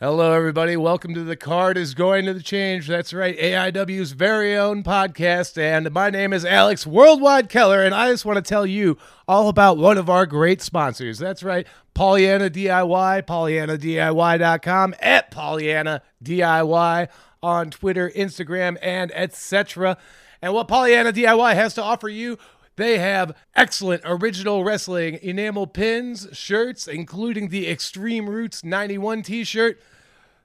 Hello, everybody. Welcome to The Card is Going to the Change. That's right, AIW's very own podcast. And my name is Alex Worldwide Keller, and I just want to tell you all about one of our great sponsors. That's right, Pollyanna DIY, PollyannaDIY.com, at Pollyanna DIY on Twitter, Instagram, and etc. And what Pollyanna DIY has to offer you they have excellent original wrestling enamel pins, shirts, including the Extreme Roots 91 t shirt.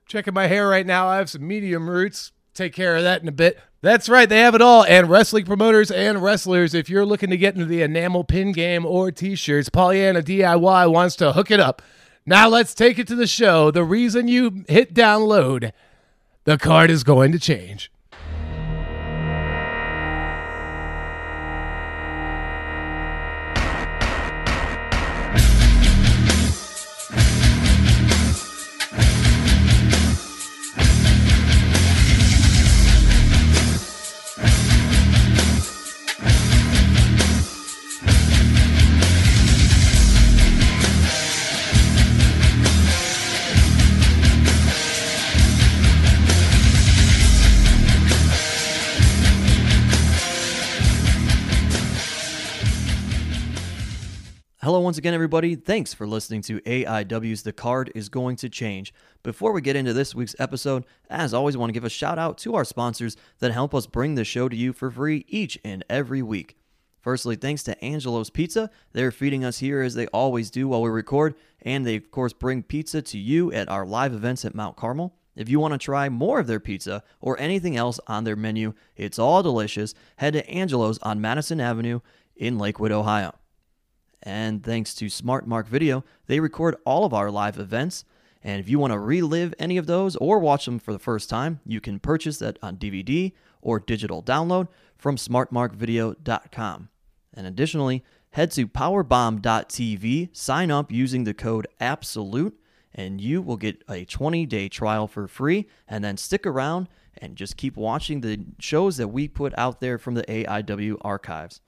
Checking my hair right now, I have some medium roots. Take care of that in a bit. That's right, they have it all. And wrestling promoters and wrestlers, if you're looking to get into the enamel pin game or t shirts, Pollyanna DIY wants to hook it up. Now let's take it to the show. The reason you hit download, the card is going to change. Hello, once again, everybody. Thanks for listening to AIW's The Card is Going to Change. Before we get into this week's episode, as always, I want to give a shout out to our sponsors that help us bring the show to you for free each and every week. Firstly, thanks to Angelo's Pizza. They're feeding us here as they always do while we record, and they, of course, bring pizza to you at our live events at Mount Carmel. If you want to try more of their pizza or anything else on their menu, it's all delicious. Head to Angelo's on Madison Avenue in Lakewood, Ohio. And thanks to Smart Mark Video, they record all of our live events. And if you want to relive any of those or watch them for the first time, you can purchase that on DVD or digital download from smartmarkvideo.com. And additionally, head to powerbomb.tv, sign up using the code ABSOLUTE, E, and you will get a 20 day trial for free. And then stick around and just keep watching the shows that we put out there from the AIW archives.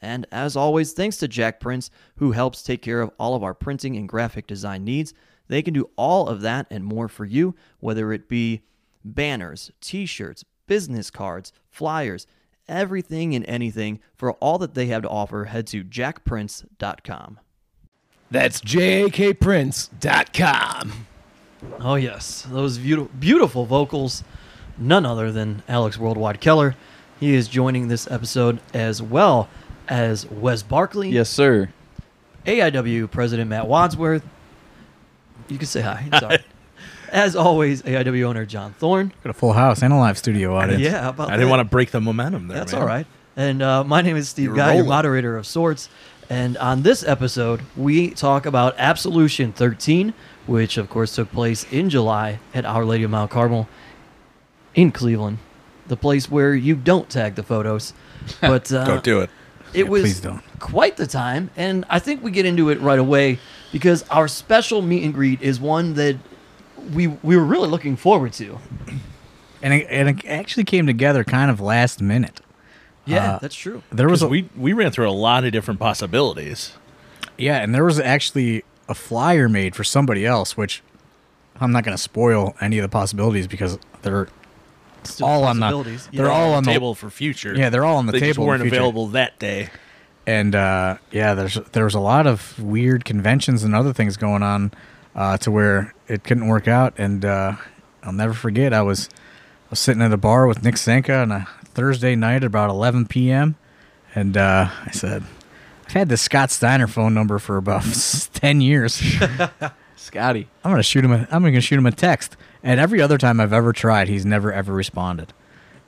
And as always, thanks to Jack Prince, who helps take care of all of our printing and graphic design needs. They can do all of that and more for you, whether it be banners, t shirts, business cards, flyers, everything and anything. For all that they have to offer, head to jackprince.com. That's jakprince.com. Oh, yes, those beautiful, beautiful vocals. None other than Alex Worldwide Keller. He is joining this episode as well as Wes Barkley. Yes, sir. AIW President Matt Wadsworth. You can say hi. Sorry. As always, AIW owner John Thorne. Got a full house and a live studio audience. Yeah, how about I didn't that? want to break the momentum there. That's man. all right. And uh, my name is Steve You're Guy, your rolling. moderator of sorts. And on this episode, we talk about Absolution 13, which of course took place in July at Our Lady of Mount Carmel in Cleveland, the place where you don't tag the photos. But uh, Don't do it. it was please don't. quite the time and i think we get into it right away because our special meet and greet is one that we we were really looking forward to And it, and it actually came together kind of last minute. yeah Uh, that's true There was Because a, we we ran through a lot of different possibilities. yeah, and there was actually a flyer made for somebody else, which I'm not going to spoil any of the possibilities because they're Still all on the- possibilities. they're all on the- table for future. yeah they're all on the they table. just weren't in the future. available that day. and uh, yeah, there's there was a lot of weird conventions and other things going on uh, to where it couldn't work out. And uh, I'll never forget, I was I was sitting at a bar with Nick Senka on a Thursday night at about 11 p.m. And uh, I said, I've had this Scott Steiner phone number for about 10 years. Scotty. I'm gonna shoot him. A, I'm gonna shoot him a text. And every other time I've ever tried, he's never ever responded.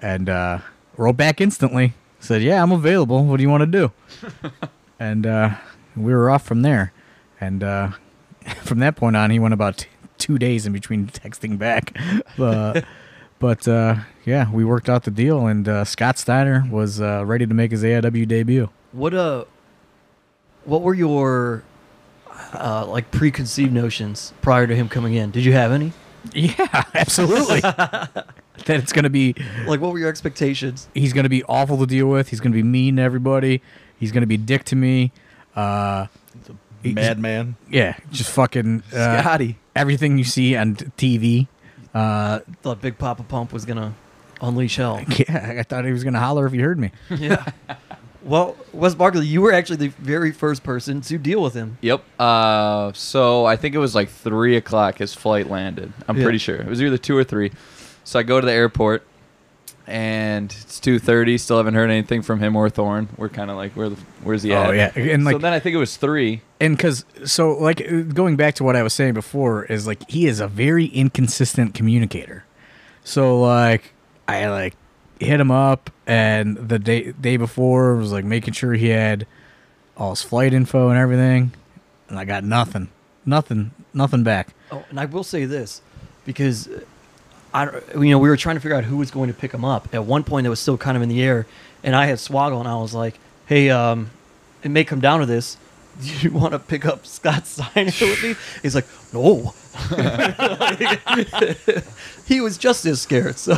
And uh, wrote back instantly. Said, "Yeah, I'm available. What do you want to do?" and uh, we were off from there. And uh, from that point on, he went about t- two days in between texting back. But, but uh, yeah, we worked out the deal, and uh, Scott Steiner was uh, ready to make his AIW debut. what uh what were your uh, like preconceived notions prior to him coming in did you have any Yeah, absolutely. that it's gonna be like what were your expectations he's going to be awful to deal with. He's going to be mean to everybody. He's going to be dick to me. Uh, He's- Madman. Yeah, just fucking uh, Scotty. everything you see on TV. Uh, Thought Big Papa Pump was gonna unleash hell. yeah, I thought he was gonna holler if he heard me. yeah. Well, Wes Barkley, you were actually the very first person to deal with him. Yep. Uh, so I think it was like three o'clock. His flight landed. I'm Yeah. pretty sure it was either two or three. So I go to the airport, and it's two thirty. Still haven't heard anything from him or Thorne. We're kind of like, where the, where's he Oh at? yeah, and like so then I think it was three. and because so like uh, going back to what i was saying before is like he is a very inconsistent communicator so like i like hit him up and the day day before was like making sure he had all his flight info and everything and i got nothing nothing nothing back Oh, and I will say this, because uh, I, don't- you know, we were trying to figure out who was going to pick him up. At one point, it was still kind of in the air, and I had Swaggle, and I was like, "Hey, um, it may come down to this. Do you want to pick up Scott Steiner with me?" He's like, "No." he was just as scared. So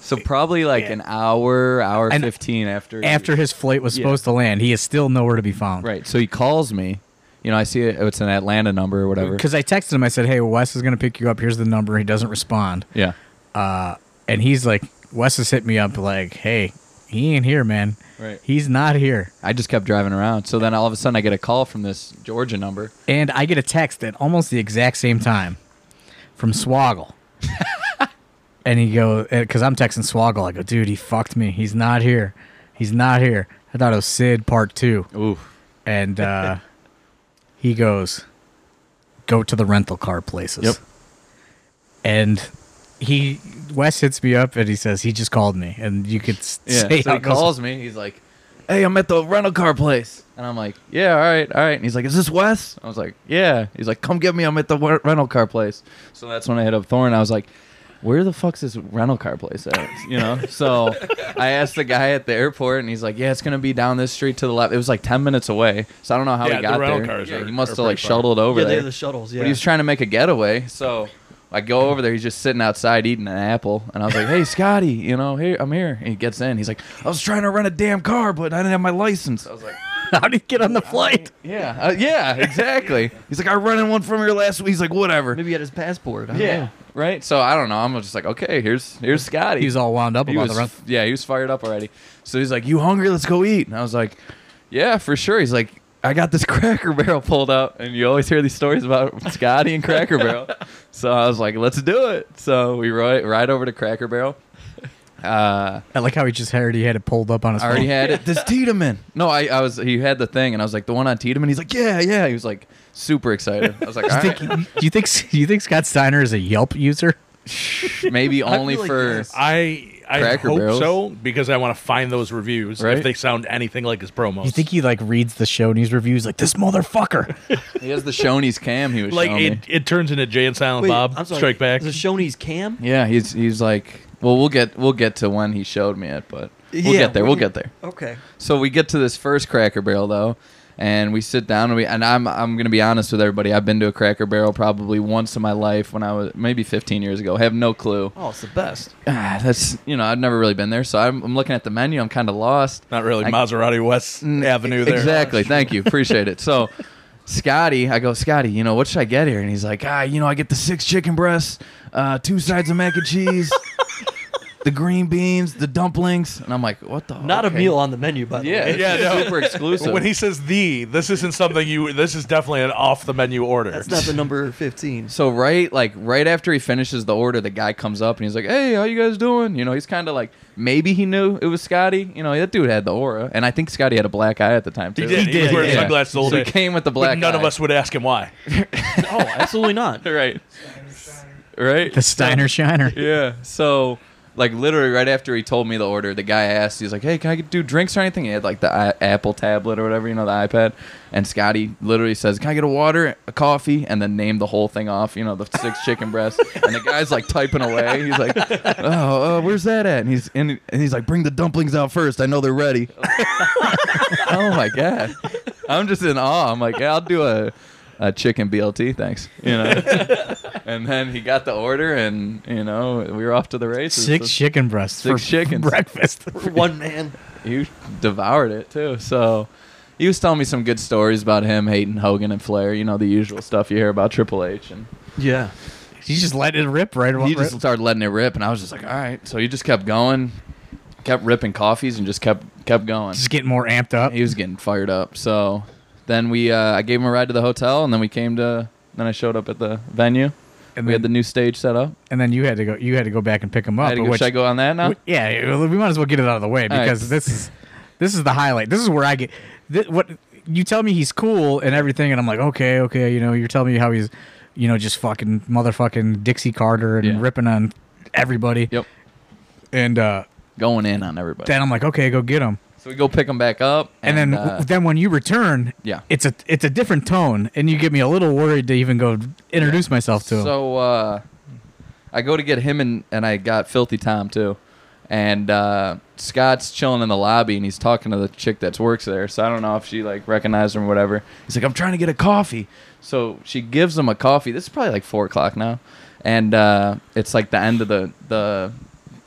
So probably like an hour, hour And- fifteen after after his flight was Yeah. supposed to land he is still nowhere to be found Right. So he calls me. You know, I see it, oh, it's an Atlanta number or whatever. because i texted him i said hey wes is going to pick you up here's the number he doesn't respond Yeah. and he's like wes has hit me up like hey he ain't here man Right. he's not here I just kept driving around. So then all of a sudden I get a call from this Georgia number. and i get a text at almost the exact same time from swoggle and he go because i'm texting swoggle i go dude he fucked me he's not here he's not here i thought it was sid part two Ooh. and uh, he goes, "Go to the rental car places." Yep. And he Wes hits me up and he says he just called me, and you could s- Yeah. say so how he it goes. calls me. He's like, "Hey, I'm at the rental car place." And I'm like, "Yeah, all right, all right." And he's like, "Is this Wes?" I was like, "Yeah." He's like, "Come get me. I'm at the wer- rental car place." So that's when I hit up Thorne. I was like, "Where the fuck's this rental car place at?" You know. so I asked the guy at the airport, and he's like, "Yeah, it's gonna be down this street to the left." It was like ten minutes away, so I don't know how Yeah, he the got rental there. cars yeah, are- he must are have like pretty far. shuttled over yeah, they there. are the shuttles. Yeah, But he was trying to make a getaway, so I go over there. He's just sitting outside eating an apple, and I was like, "Hey, Scotty, you know, here I'm here." And he gets in. He's like, "I was trying to rent a damn car, but I didn't have my license." I was like, How did he get on the flight? "Yeah, uh, yeah, exactly." He's like, "I rented one from here last week." He's like, "Whatever." maybe he had his passport. I don't Yeah, know. right. So I don't know. I'm just like, "Okay, here's here's Scotty." He was all wound up He about was- the rental. yeah, he was fired up already. So he's like, "You hungry? Let's go eat." And I was like, "Yeah, for sure." He's like, "I got this Cracker Barrel pulled out," and you always hear these stories about Scotty and Cracker Barrel. so I was like, "Let's do it." So we ride ride over to Cracker Barrel. Uh, I like how he just already had it pulled up on his I already phone. had it. This Tiedemann. No, I, I was. He had the thing, and I was like, "The one on Tiedemann." He's like, "Yeah, yeah." He was like super excited. I was like, Do "All you, right, think, do you think do you think Scott Steiner is a Yelp user? maybe I only feel like for." yes. I I Cracker hope Barrels. so because I want to find those reviews Right. if they sound anything like his promos. You think he like reads the show and he's reviews like this motherfucker? He has the Shoney's cam. He was like showing me. it, it turns into Jay and Silent Wait, Bob I'm sorry. Strike Back. The Shoney's cam. Yeah, he's he's like, well, we'll get we'll get to when he showed me it, but we'll Yeah, get there. We'll we- get there. Okay. So we get to this first Cracker Barrel though, and we sit down and we and I'm I'm gonna be honest with everybody. I've been to a Cracker Barrel probably once in my life when I was maybe 15 years ago. Have no clue. Oh, it's the best. Ah, that's you know I've never really been there, so I'm, I'm looking at the menu. I'm kind of lost. Not really I- Maserati West Avenue there. Exactly. Thank you. Appreciate it. So, Scotty, I go, Scotty, you know, what should I get here? And he's like, ah, you know, I get the six chicken breasts, uh, two sides of mac and cheese, the green beans, the dumplings. And I'm like, what the? Not okay. a meal on the menu, by the Yeah. way. it's Yeah, no. Super exclusive. When he says the, this isn't something you. This is definitely an off the menu order. That's not the number 15. so right like right after he finishes the order the guy comes up and he's like hey how you guys doing you know he's kind of like maybe he knew it was scotty you know that dude had the aura and i think scotty had a black eye at the time too He did. He, was did, wearing yeah. sunglasses all so day. he came with the but black none of eye. us would ask him why. Oh, absolutely not. right right The Steiner Shiner. yeah. So, like, literally right after he told me the order, the guy asked, he's like, hey, can I do drinks or anything? He had, like, the I- Apple tablet or whatever, you know, the iPad. And Scotty literally says, can I get a water, a coffee? And then named the whole thing off, you know, the six chicken breasts. And the guy's, like, typing away. He's like, oh, uh, where's that at? And he's, and, and he's like, bring the dumplings out first. I know they're ready. oh, my God. I'm just in awe. I'm like, yeah, I'll do a. A chicken BLT, thanks. You know, and then he got the order, and you know we were off to the races. Six So chicken breasts Six for chickens. breakfast. One man. you devoured it too. So he was telling me some good stories about him hating Hogan and Flair. You know the usual stuff you hear about Triple H and. Yeah. You just let it rip right away. He just started letting it rip, and I was just like, "All right." So he just kept going, kept ripping coffees, and just kept kept going. just getting more amped up. He was getting fired up. So then we, uh, I gave him a ride to the hotel, and then we came to. Then I showed up at the venue. And we had the then- new stage set up. And then you had to go. You had to go back and pick him up. I had to but go, which- should I go on that now? We- yeah, well, we might as well get it out of the way All right. because this is this is the highlight. This is where I get thi- what you tell me he's cool and everything, and I'm like, okay, okay, you know, you're telling me how he's, you know, just fucking motherfucking Dixie Carter and Yeah. ripping on everybody, Yep. and uh, Going in on everybody. then I'm like, okay, go get him, so we go pick him back up, and, and, then uh, then when you return, yeah. it's a it's a different tone, and you get me a little worried to even go introduce myself to him. So uh, I go to get him and and I got Filthy Tom too, and uh, Scott's chilling in the lobby and he's talking to the chick that works there. So I don't know if she like recognized him or whatever. He's like, I'm trying to get a coffee. So she gives him a coffee. This is probably like four o'clock now, and uh, it's like the end of the the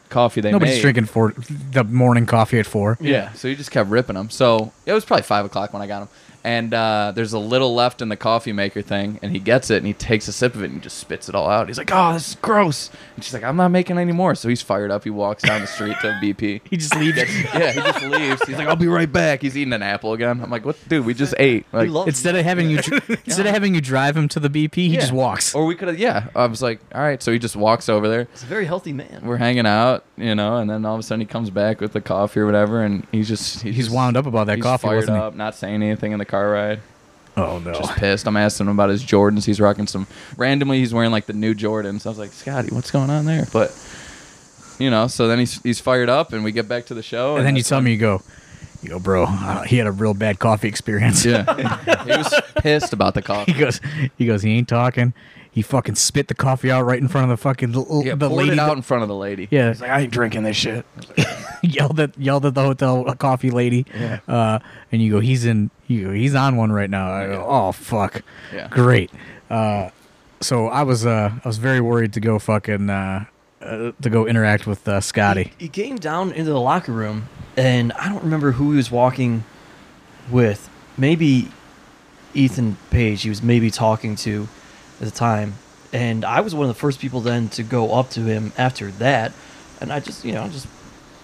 coffee they Nobody's made. drinking for the morning coffee at four. Yeah. So he just kept ripping them. So it was probably five o'clock when I got him. And uh, there's a little left in the coffee maker thing, and he gets it and he takes a sip of it and he just spits it all out. He's like, "Oh, this is gross." And she's like, "I'm not making any more." So he's fired up. He walks down the street to BP. He just leaves. yeah, he just leaves. He's like, "I'll be right back." He's eating an apple again. I'm like, "What, dude? We just ate." Like, loves Instead of having you, dr- instead of having you drive him to the BP, he just Yeah. walks. or we could have. Yeah, I was like, "All right." So he just walks over there. He's a very healthy man. We're hanging out, you know, and then all of a sudden he comes back with the coffee or whatever, and he's just he's, He's wound up about that he's coffee, fired wasn't up, not saying anything in the car ride. he? Oh no! just pissed. I'm asking him about his Jordans. He's rocking some. Randomly, he's wearing like the new Jordans. I was like, Scotty, what's going on there? But you know, so then he's he's fired up, and we get back to the show, and then you tell me, you go, yo, bro, uh, he had a real bad coffee experience. yeah, he was pissed about the he coffee. goes, he goes, he ain't talking. He fucking spit the coffee out right in front of the fucking l- Yeah, the poured lady. it out that- in front of the lady. yeah, He's like, I ain't drinking this shit. yelled at yelled at the hotel coffee lady. Yeah. Uh, and you go, he's in. You go, he's on one right now. I go, oh fuck. Yeah. Great. Uh, so I was uh I was very worried to go fucking uh, uh to go interact with uh, Scotty. He came down into the locker room, and I don't remember who he was walking with. Maybe Ethan Page, he was maybe talking to at the time. And I was one of the first people then to go up to him after that. And I just, you know, just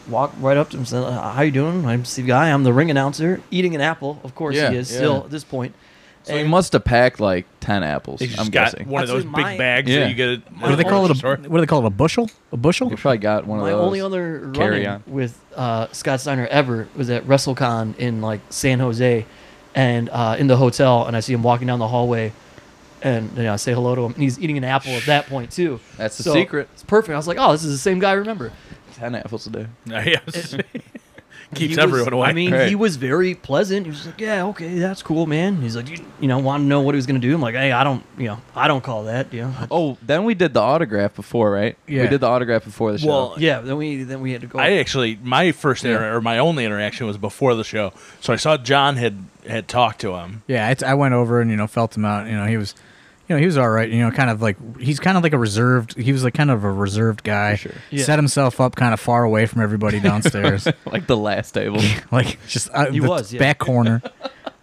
walked right up to him and said, How you doing? I'm Steve Guy. I'm the ring announcer. Eating an apple. Of course Yeah, he is yeah. still at this point. So he And- must have packed like ten apples. They just I'm got guessing. one of That's those in big my- bags Yeah. that you get. At, What do they call it? A, Sorry. what do they call it? A bushel? A bushel? He probably got one of My those. only other Carry running on. with uh, Scott Steiner ever was at WrestleCon in like San Jose, and uh, in the hotel, and I see him walking down the hallway, and you know, I say hello to him, and he's eating an apple at that point too. That's the So, secret. It's perfect. I was like, oh, this is the same guy. I remember? ten apples a day. yes. Keeps He was- everyone away. I mean, Right. he was very pleasant. He was like, yeah, okay, that's cool, man. He's like, you, you know, want to know what he was gonna do? I'm like, hey, I don't, you know, I don't call that. You know, Oh, then we did the autograph before, right? Yeah. We did the autograph before the show. Well, yeah. Then we then we had to go. I actually my first inter- or my only interaction was before the show. So I saw John had had talked to him. Yeah, it's, I went over and you know felt him out. You know he was, you know he was all right. You know kind of like he's kind of like a reserved. He was like kind of a reserved guy. For sure. Yeah. Set himself up kind of far away from everybody downstairs. like the last table. like just uh, He the was, yeah. back corner.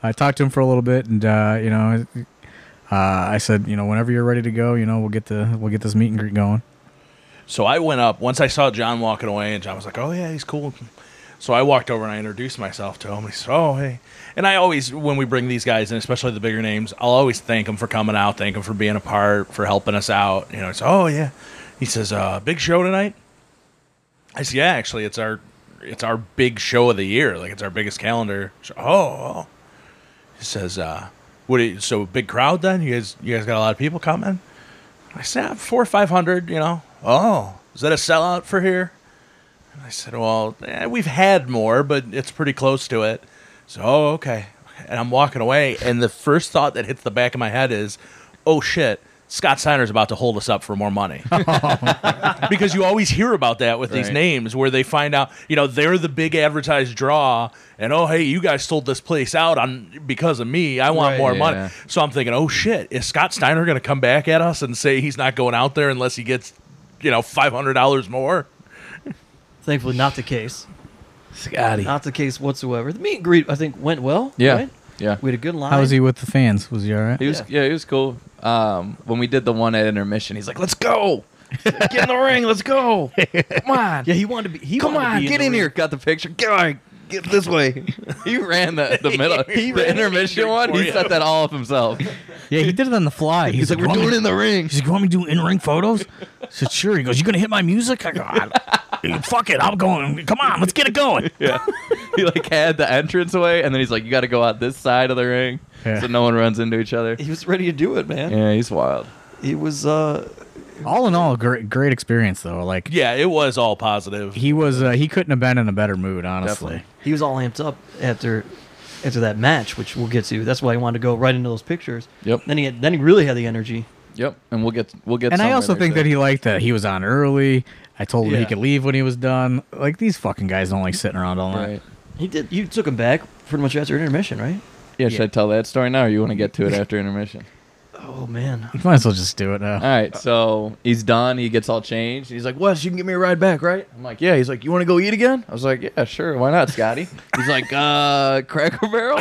I talked to him for a little bit, and uh, you know, uh, I said, you know, whenever you're ready to go, you know, we'll get the we'll get this meet and greet going. So I went up once I saw John walking away, and John was like, "Oh yeah, he's cool." So I walked over and I introduced myself to him. He said, "Oh hey," and I always when we bring these guys in, especially the bigger names, I'll always thank them for coming out, thank them for being a part, for helping us out. You know, it's oh yeah. He says, uh, "Big show tonight." I said, "Yeah, actually, it's our it's our big show of the year. Like it's our biggest calendar." So, oh, he says, uh, "What? do you- so big crowd then? You guys you guys got a lot of people coming?" I said, "Ah, four or five hundred, you know. Oh, is that a sellout for here? And I said, well, eh, we've had more, but it's pretty close to it. So, oh, okay. And I'm walking away, and the first thought that hits the back of my head is, oh shit, Scott Steiner's about to hold us up for more money. because you always hear about that with these Right. names where they find out, you know, they're the big advertised draw, and oh, hey, you guys sold this place out on because of me. I want Right. more Yeah. money. So I'm thinking, oh shit, is Scott Steiner going to come back at us and say he's not going out there unless he gets, you know, five hundred dollars more? Thankfully, not the case. Scotty. Not the case whatsoever. The meet and greet, I think, went well. Yeah. right? Yeah. We had a good line. How was he with the fans? Was he all right? He was yeah. he was cool. Um, when we did the one at intermission, he's like, "Let's go, get in the ring, let's go, come on, Yeah, he wanted to be. He come wanted to on, be get the in ring. here." Got the picture. Get on, get this way. he ran the the middle, the intermission one. He set that all up himself. Yeah, he did it on the fly. He's, He's like, "We're "Want doing it me-" in the ring." He's like, you want me to do in-ring photos? I said, sure. He goes, you gonna hit my music? I go, "I- fuck it, I'm going. Come on, let's get it going. Yeah, he like had the entrance away, and then he's like, "You got to go out this side of the ring, Yeah. so no one runs into each other." He was ready to do it, man. Yeah, he's wild. He was. uh All in all, great, great experience though. Like Yeah, it was all positive. he was, uh, he couldn't have been in a better mood, honestly. He was all amped up after after that match, which we'll get to. That's why he wanted to go right into those pictures. Yep. Then he had, then he really had the energy. Yep, and we'll get we'll get. And I somewhere also there, think so. that he liked that he was on early. I told him Yeah. he could leave when he was done. Like these fucking guys don't like sitting around all night. Right. He did. You took him back pretty much after intermission, right? Yeah, should I tell that story now, or you want to get to it after intermission? Oh man. You might as well just do it now. All right, so he's done. He gets all changed. He's like, "Wes, you can give me a ride back, right?" I'm like, "Yeah." He's like, "You want to go eat again?" I was like, "Yeah, sure. Why not, Scotty?" He's like, "Uh, Cracker Barrel."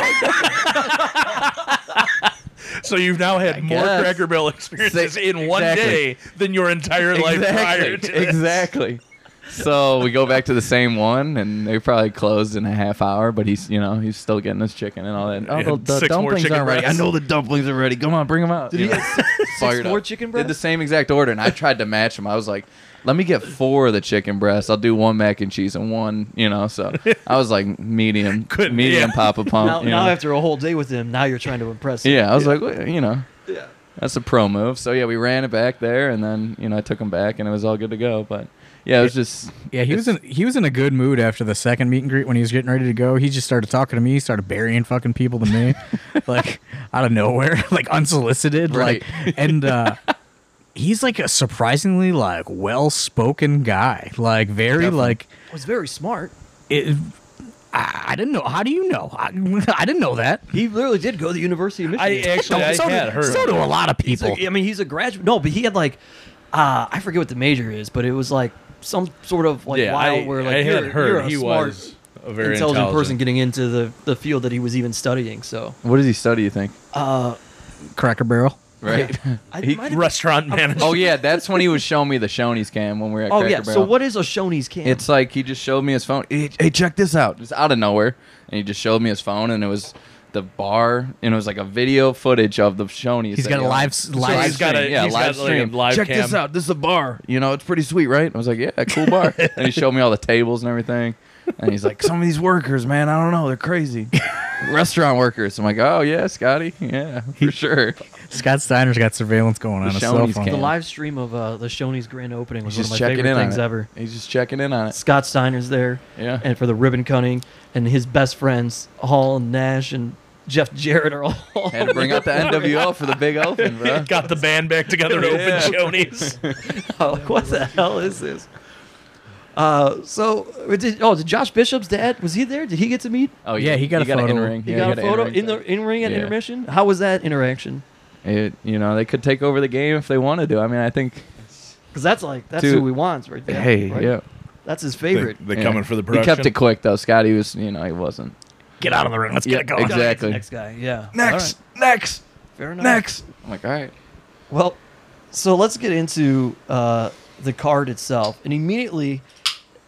So you've now had more guess. Cracker Barrel experiences Exa- in one exactly. day than your entire life prior to this. exactly. So we go back to the same one, and they probably closed in a half hour. But he's, you know, he's still getting his chicken and all that. Oh, Yeah, the, the six more dumplings chicken aren't ready. breasts. I know the dumplings are ready. Come on, bring them out. Did he get more chicken Did the breasts? same exact order, and I tried to match them. I was like, let me get four of the chicken breasts. I'll do one mac and cheese and one, you know. So I was like medium, Couldn't- medium yeah. Papa Pump. now, you now know. after a whole day with him, now you're trying to impress him. Oh, Yeah, I was like, "Well, you know, that's a pro move. So yeah, we ran it back there, and then you know I took him back, and it was all good to go. But yeah, it was just Yeah, he was in he was in a good mood after the second meet and greet when he was getting ready to go. He just started talking to me, he started burying fucking people to me, like out of nowhere, like unsolicited, Right. like and uh he's like a surprisingly like well-spoken guy. Like very like Was very smart. it, I, I didn't know how do you know? I, I didn't know that. He literally did go to the University of I Michigan. actually I so, had do, so heard. do a lot of He's people. like- I mean, he's a graduate. No, but he had like, uh, I forget what the major is, but it was like some sort of like Yeah, wild I, where like I you're, had heard you're a he smart, was a intelligent, very intelligent person getting into the, the field that he was even studying. So what does he study? You think? Cracker Barrel. Right? I He- might have- Restaurant manager. oh yeah, that's when he was showing me the Shoney's cam when we were at oh Cracker yeah. So Barrel. what is O'Shoney's camp? It's like he just showed me his phone. Hey, hey, check this out. Just out of nowhere, and he just showed me his phone, and it was the bar, and it was like a video footage of the Shoney's. He's that got he a owned. live live he's got a- yeah, he's live got, like, a stream. live Check this cam. out. This is a bar. You know, it's pretty sweet, right? I was like, yeah, cool bar. and he showed me all the tables and everything. And he's like, some of these workers, man, I don't know, they're crazy. Restaurant workers. I'm like, oh yeah, Scotty, yeah, for sure. Scott Steiner's got surveillance going on his cell Shoney's phone. cam. the live stream of uh, the Shoney's grand opening was one He's of just my checking favorite in on things it. ever. He's just checking in on it. Scott Steiner's there, Yeah. and for the ribbon cutting, and his best friends Hall and Nash and Jeff Jarrett are all. Had to bring out the NWO for the big open, bro. Got the band back together to open Shoney's. like, what the hell is this? Uh, so did, oh, did Josh Bishop's dad was he there? Did he get to meet? Oh Yeah, he got a photo. in ring. He got a photo in the in ring at Yeah. intermission. How was that interaction? It, you know, they could take over the game if they wanted to. I mean, I think. Because that's like that's Dude. who he wants right there. hey, right? yeah. that's his favorite. yeah. He kept it quick though. Scotty was, you know, he wasn't. Get out of the ring. Let's Yeah, get going. exactly. Next guy, yeah. Next, next, Fair enough. next. I'm like, all right. Well, so let's get into uh, the card itself. And immediately,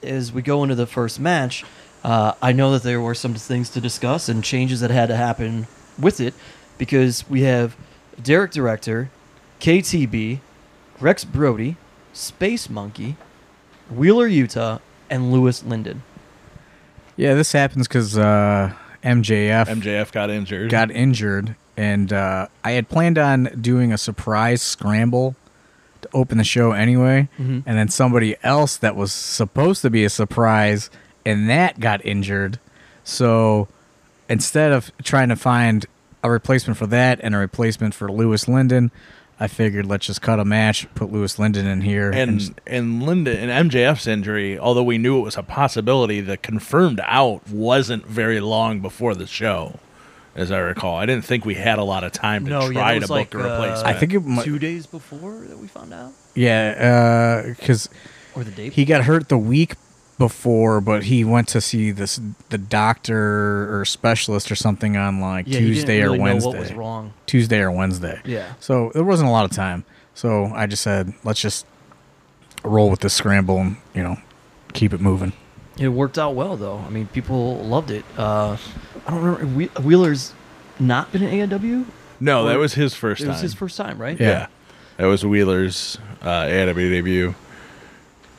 as we go into the first match, uh, I know that there were some things to discuss and changes that had to happen with it because we have Derek Director, KTB, Rex Brody, Space Monkey, Wheeler Utah, and Lewis Linden. Yeah, this happens because uh, MJF MJF got injured. got injured, and uh, I had planned on doing a surprise scramble to open the show anyway, Mm-hmm. and then somebody else that was supposed to be a surprise and that got injured. So instead of trying to find a replacement for that and a replacement for Lewis Linden, I figured let's just cut a match, put Lewis Linden in here, and and Linda and MJF's injury, although we knew it was a possibility, the confirmed out wasn't very long before the show, as I recall. I didn't think we had a lot of time to No, yeah, try that to was like, book a uh, replacement. I think it might, Two days before that we found out, yeah, uh, because. or the day He got hurt the week before, but he went to see this the doctor or specialist or something on like Yeah, you didn't Tuesday really or know Wednesday. what was wrong. Tuesday or Wednesday. Yeah. So there wasn't a lot of time. So I just said, let's just roll with this scramble and you know keep it moving. It worked out well though. I mean, people loved it. Uh, I don't remember Whe- Wheeler's not been in E AEW. No, that Or- was his first It time. was his first time, right? Yeah. yeah. That was Wheeler's uh, AW debut.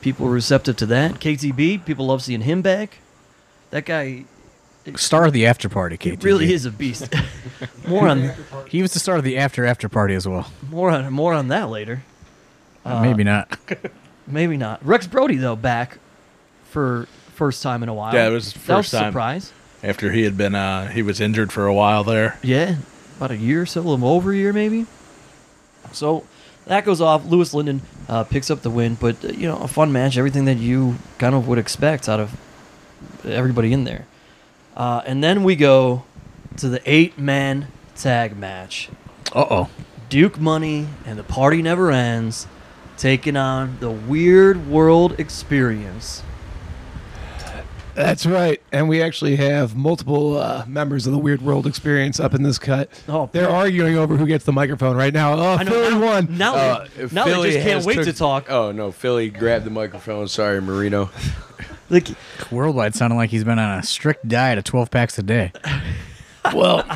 People were receptive to that. KTB, people love seeing him back. That guy Star of the after party, KT. really is a beast. more on He was the star of the after after party as well. more on more on that later. Uh, Maybe not. Maybe not. Rex Brody though back for first time in a while. Yeah, it was his that was first a time. surprise. After he had been, uh, he was injured for a while there. Yeah, about a year or so, a little over a year maybe. So that goes off. Lewis Linden uh, picks up the win, but uh, you know a fun match, everything that you kind of would expect out of everybody in there. Uh, and then we go to the eight-man tag match. Uh oh. Duke Money and the party never ends, taking on the Weird World Experience. That's right. And we actually have multiple uh, members of the Weird World Experience up in this cut. Oh, They're arguing over who gets the microphone right now. Oh, Philly now, won. Now, Uh, they, now they Philly just can't has wait took- to talk. Oh no, Philly grabbed the microphone. Sorry, Marino. Like, Worldwide sounding like he's been on a strict diet of 12 packs a day. well,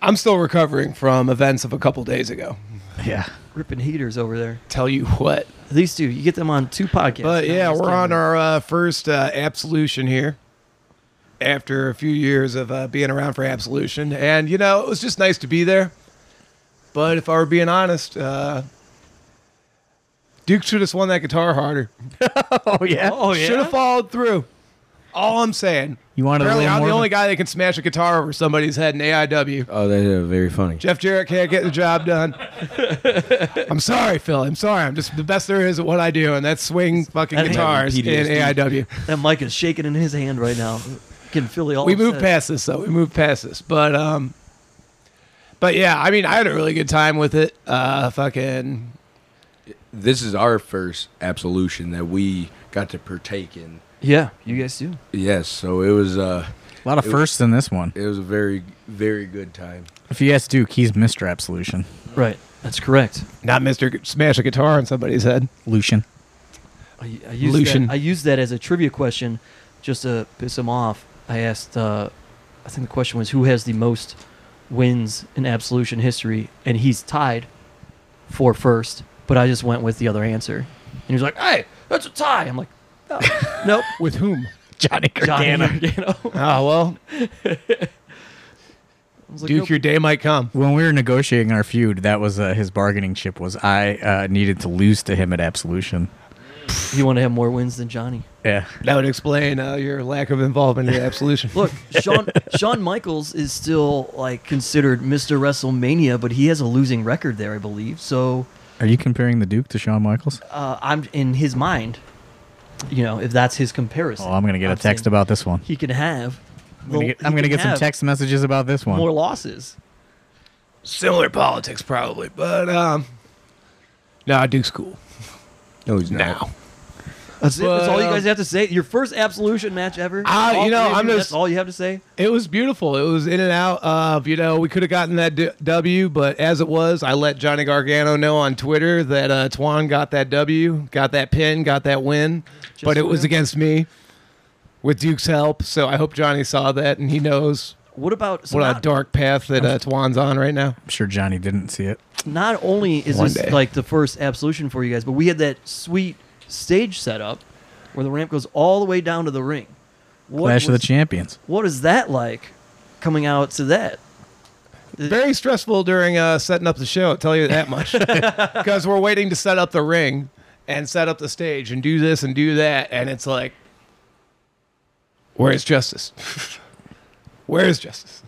I'm still recovering from events of a couple days ago. Yeah. ripping heaters over there. Tell you what. These two, you get them on two podcasts. But Not yeah, just we're on on there. our uh, first uh, absolution here after a few years of uh, being around for absolution. And, you know, it was just nice to be there. But if I were being honest, uh, Duke should have swung that guitar harder. Oh yeah. Oh yeah. Should have followed through. All I'm saying. You wanted a Apparently, little I'm the more only than- guy that can smash a guitar over somebody's head in AIW. Oh, that's uh, very funny. Jeff Jarrett can't get the job done. I'm sorry, Phil. I'm sorry. I'm just the best there is at what I do, and that's swing fucking That- guitars in PTSD. AIW. That mic is shaking in his hand right now. Getting Philly all. we moved upset. past this though. We moved past this, but um, but yeah, I mean, I had a really good time with it. Uh, fucking This is our first absolution that we got to partake in. Yeah, you guys do. Yes, so it was uh a lot of firsts in this one. it was a very very good time. If you ask Duke, he's Mr. Absolution. Right. That's correct. not Mister Smash a guitar on somebody's head. Lucian. I, I used Lucian. That, I used that as a trivia question, just to piss him off. I asked. Uh, I think the question was who has the most wins in Absolution history, and he's tied for first. But I just went with the other answer, and he was like, "Hey, that's a tie." I'm like, "No, "Nope, With whom? Johnny Johnny Gargano. Gargano." Oh well, I was like, Duke, "Nope." your day might come. When we were negotiating our feud, that was uh, his bargaining chip was I uh, needed to lose to him at Absolution. you want to have more wins than Johnny. Yeah. That would explain uh, your lack of involvement in the absolution. Look, Shawn Shawn Michaels is still like considered Mr. WrestleMania, but he has a losing record there, I believe. So Are you comparing the Duke to Shawn Michaels? uh, I'm in his mind. You know, if that's his comparison. Oh, I'm gonna get I'm a text saying about this one. He can have. I'm gonna well, get, he I'm gonna can get some have text messages about this one. More losses. Similar politics, probably, but um, no, Duke's cool No, he's now. That's, it. that's But, all you um, guys have to say. Your first Absolution match ever. Ah, All you know, three of I'm just- That's all you have to say. It was beautiful. It was in and out of, you know, we could have gotten that d- W, but as it was, I let Johnny Gargano know on Twitter that uh, Twan got that W, got that pin, got that win, Just but it was win. against me with Duke's help. So I hope Johnny saw that and he knows What about so what not, a dark path that uh, Twan's on right now. I'm sure Johnny didn't see it. not only is One this day. like the first Absolution for you guys, but we had that sweet stage setup where the ramp goes all the way down to the ring. What Clash of the was- Champions. What is that like? Coming out to that. Very stressful during uh, setting up the show, I'll tell you that much. Because we're waiting to set up the ring and set up the stage and do this and do that. And it's like, where's justice? Where is justice?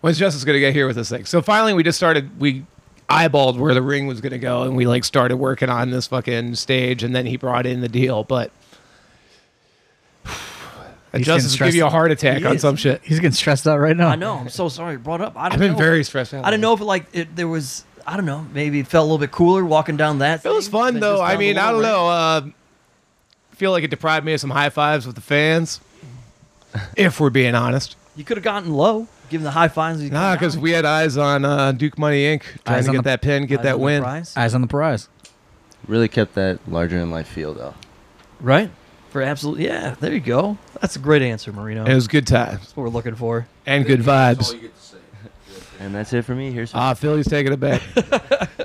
When's justice going to get here with this thing? So finally, we just started, we eyeballed where the ring was going to go and we like started working on this fucking stage. And then he brought in the deal. But He's getting justice will give stressed. you a heart attack He on is. some shit. He's getting stressed out right now. I know. I'm so sorry. I Brought up. I don't I've been know. very stressed out. I don't know if like it, there was. I don't know. Maybe it felt a little bit cooler walking down that. It was fun though. I mean, I don't know. Uh, feel like it deprived me of some high fives with the fans. If we're being honest, You could have gotten low, given the high fines. you nah, could've because gotten. we had eyes on uh, Duke Money Inc. trying Eyes to on get the- that pin, get Eyes on that the win. prize. Eyes on the prize. Really kept that larger in life feel though. right? For absolute, yeah. There you go. That's a great answer, Marino. It was good times That's what we're looking for. and good vibes. And that's it for me. Here's Ah, Philly's taking it back.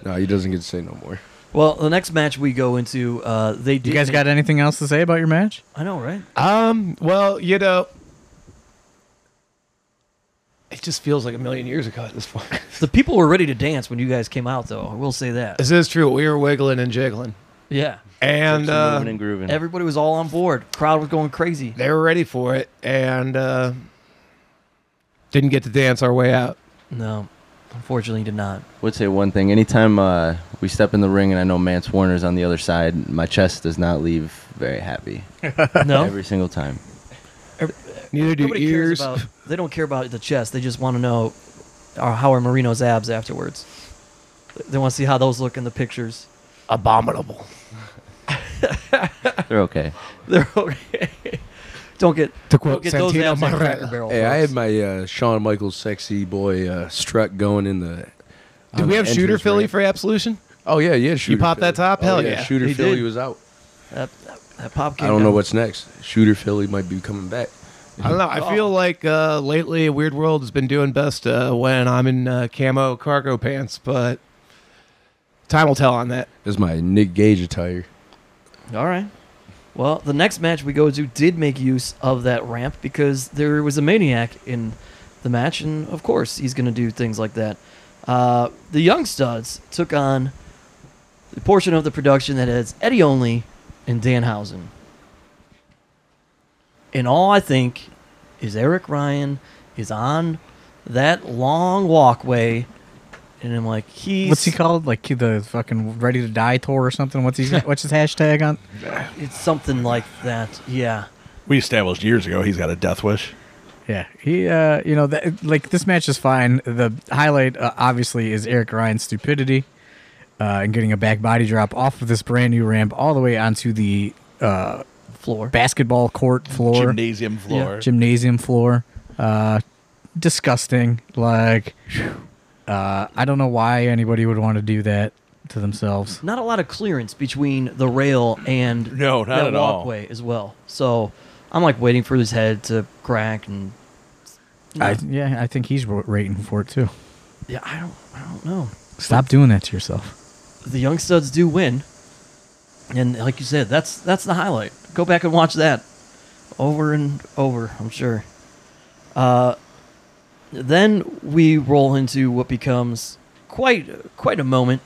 No, he doesn't get to say no more. Well, the next match we go into, uh, they You guys didn't- got anything else to say about your match? I know, right? Um, well, you know, it just feels like a million years ago at this point. The people were ready to dance when you guys came out, though. I will say that. this is true. We were wiggling and jiggling, Yeah, and Moving uh, and grooving. everybody was all on board. Crowd was going crazy. they were ready for it, and uh, didn't get to dance our way out. No, unfortunately, did not. would say one thing. Anytime uh, we step in the ring and I know Mance Warner's on the other side, my chest does not leave very happy No, every single time. Neither do nobody ears. cares about. They don't care about the chest. They just want to know uh, how are Marino's abs afterwards. They want to see how those look in the pictures. Abominable. They're okay. They're okay. don't get To don't quote get those Santino abs on Marella. Cracker Barrel. Hey, I folks. had my uh, Shawn Michaels sexy boy uh, strut going in the. Do on we the have Shooter entrance Philly ramp. for Absolution? Oh yeah, yeah. Shooter popped that Philly. top? Oh, Hell yeah. Shooter He Philly did. was out. That, that, that pop came I don't down. know what's next. Shooter Philly might be coming back. I don't know. I feel like uh, lately Weird World has been doing best uh, when I'm in uh, camo cargo pants, but time will tell on that. That's my Nick Gage attire. All right. Well, the next match we go to did make use of that ramp because there was a maniac in the match, and of course he's going to do things like that. Uh, the Young Studs took on the portion of the production that has Eddie Only and Danhausen. And all I think is Eric Ryan is on that long walkway, and I'm like, he's What's he called? Like the fucking Ready to Die tour or something? What's he? what's his hashtag on? It's something like that, yeah. We established years ago he's got a death wish. Yeah, he. Uh, you know, that, like this match is fine. The highlight, uh, obviously, is Eric Ryan's stupidity uh, and getting a back body drop off of this brand new ramp all the way onto the uh, Floor. basketball court floor, Gymnasium floor. gymnasium floor. Uh, disgusting. Like, uh, I don't know why anybody would want to do that to themselves. not a lot of clearance between the rail and No, not that at all. walkway as well. So I'm like waiting for his head to crack and I, yeah, I think he's ra- rating for it too. yeah, I don't I don't know. Stop doing that to yourself. The young studs do win. And like you said, that's that's the highlight. Go back and watch that over and over, I'm sure. Uh then we roll into what becomes quite quite a moment.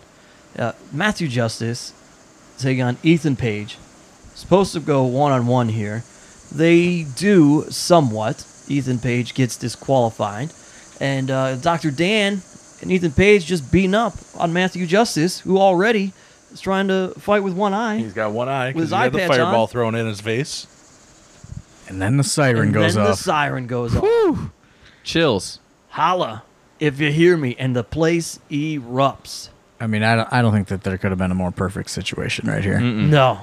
Uh, Matthew Justice taking on Ethan Page. Supposed to go one on one here. They do somewhat. Ethan Page gets disqualified, and uh, Dr. Dan and Ethan Page just beating up on Matthew Justice, who already is trying to fight with one eye. He's got one eye With his because he had eye the patch fireball on. thrown in his face. And then the siren and goes then the off. siren goes off. Chills. Holla if you hear me, and the place erupts. I mean, I don't, I don't think that there could have been a more perfect situation right here. No.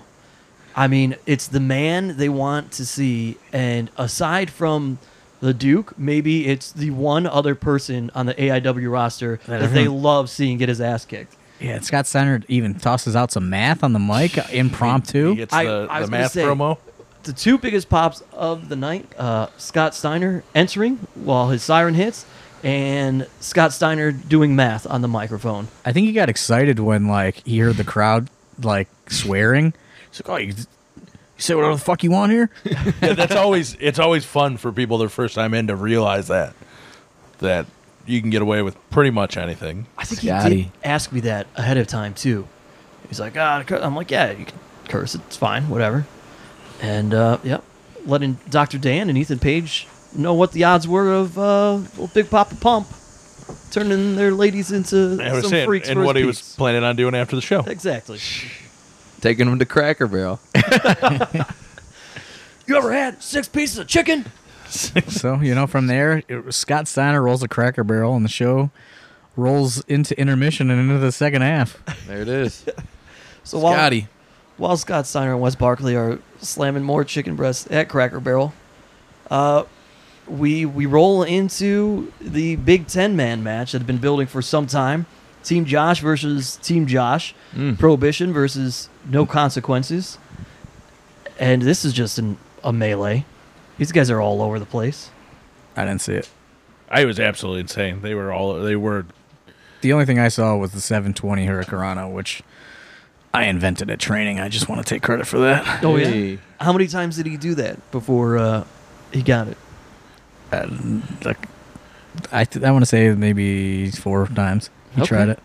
I mean, it's the man they want to see. And aside from the Duke, maybe it's the one other person on the AIW roster that, they everyone- love seeing get his ass kicked. Yeah, and Scott Steiner even tosses out some math on the mic uh, He impromptu. gets I- the, I was the gonna math say- promo. The two biggest pops of the night uh, Scott Steiner entering while his siren hits, and Scott Steiner doing math on the microphone. I think he got excited when like he heard the crowd like swearing. He's like, "Oh, you, you say whatever the fuck you want here." Yeah, that's always it's always fun for people their first time in to realize that that you can get away with pretty much anything. I think he did Scotty. ask me that ahead of time too. He's like, ah, cur-" I'm like, yeah, you can curse, it's fine, whatever. And uh, yep, letting Dr. Dan and Ethan Page know what the odds were of uh, little Big Papa Pump turning their ladies into I was some saying, freaks and for what his he was peeps. planning on doing after the show. Exactly. Taking him to Cracker Barrel. You ever had six pieces of chicken? so you know, from there, it was Scott Steiner rolls a Cracker Barrel, and the show rolls into intermission and into the second half. There it is. So while, Scotty. while Scott Steiner and Wes Barkley are slamming more chicken breasts at Cracker Barrel. Uh, we we roll into the Big Ten man match that's been building for some time. Team Josh versus Team Josh. Prohibition versus No Consequences. And this is just an, a melee. These guys are all over the place. I didn't see it. I was absolutely insane. They were all they were The only thing I saw was the 720 Hurricanrana, which I invented at training. I just want to take credit for that. Oh yeah. How many times did he do that before uh, he got it? Uh, Like, I th- I want to say maybe four times he Okay. tried it.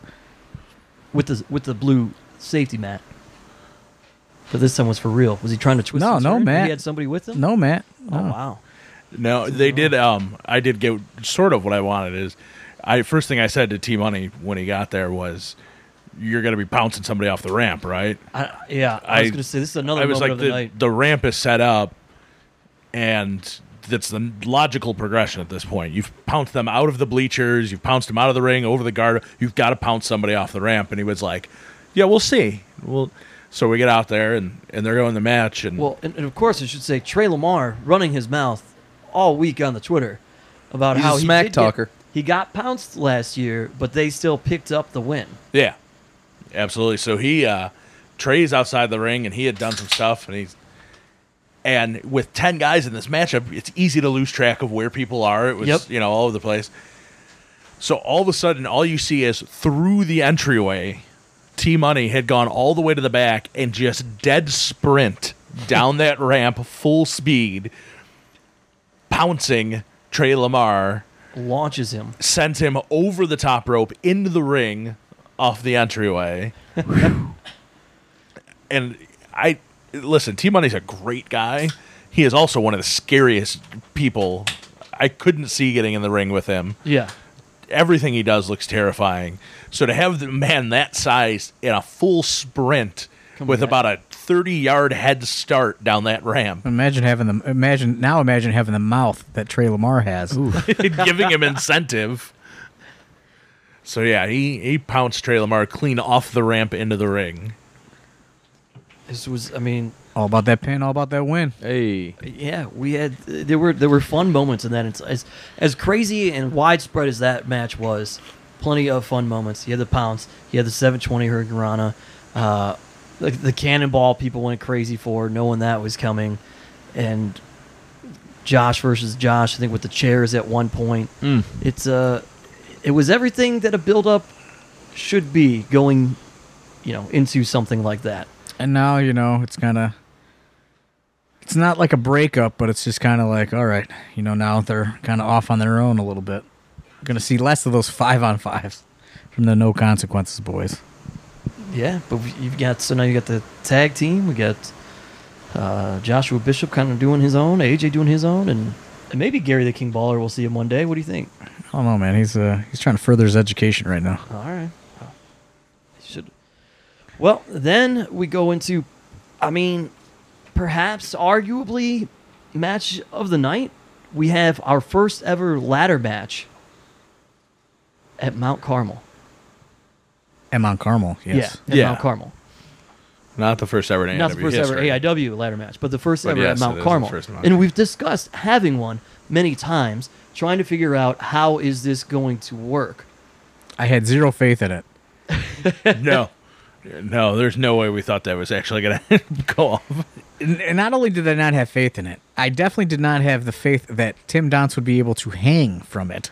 with the with the blue safety mat. But this time was for real. Was he trying to twist? No, and no, turn? Matt. He had somebody with him. No, Matt. Oh No. wow. No, they did. Um, I did get sort of what I wanted. Is I first thing I said to T Money when he got there was, "You're going to be bouncing somebody off the ramp, right?" I, yeah, I, was I- gonna say this is another I was moment like, of the, night. ramp is set up, and that's the logical progression at this point. You've pounced them out of the bleachers, you've pounced them out of the ring, over the guard. You've got to pounce somebody off the ramp." And he was like, "Yeah, we'll see. Well." So we get out there and, and they're going the match and Well, and, and of course I should say Trey Lamar running his mouth all week on the Twitter about He's a how he smack did get- talker. he got pounced last year, but they still picked up the win. Yeah, absolutely. So he uh, Trey's outside the ring, and he had done some stuff, and he's and with ten guys in this matchup, it's easy to lose track of where people are. It was Yep. you know all over the place. So all of a sudden, all you see is through the entryway, T Money had gone all the way to the back and just dead sprint down that ramp full speed, pouncing Trey Lamar Launches him. sent him over the top rope into the ring off the entryway. and I listen, T Money's a great guy. He is also one of the scariest people. I couldn't see getting in the ring with him. Yeah. Everything he does looks terrifying. So to have the man that size in a full sprint with about a 30 yard head start down that ramp Imagine having the imagine now. Imagine having the mouth that Trey Lamar has. and giving him incentive. So yeah, he he pounced Trey Lamar clean off the ramp into the ring. This was. I mean, All about that pin. All about that win. Hey, Yeah, we had there were there were fun moments in that. It's as as crazy and widespread as that match was, plenty of fun moments. He had the pounce, he had the 720 Hurricanrana, uh, the, the cannonball people went crazy for, knowing that was coming, and Josh versus Josh. I think with the chairs at one point, it's uh, it was everything that a build up should be going, you know, into something like that. And now you know it's kind of. It's not like a breakup, but it's just kind of like, all right, you know, now they're kind of off on their own a little bit. We're gonna see less of those five on fives from the no consequences boys. Yeah, but we- you've got so now you got the tag team. We got uh, Joshua Bishop kind of doing his own, AJ doing his own, and, and maybe Gary the King Baller. We'll see him one day. What do you think? I don't know, man. He's uh, he's trying to further his education right now. All right. Should. Well, then we go into, I mean, perhaps arguably match of the night. We have our first ever ladder match at Mount Carmel. And Mount Carmel, yes. Yeah, at Yeah. Mount Carmel. Not the first ever in not the AEW first ever history. AIW ladder match, but the first But ever yes, at it Mount is the Carmel. first Mount And Carmel. we've discussed having one many times, trying to figure out how is this going to work. I had zero faith in it. no, no, there's no way we thought that was actually going to go off. N- And not only did I not have faith in it, I definitely did not have the faith that Tim Donce would be able to hang from it.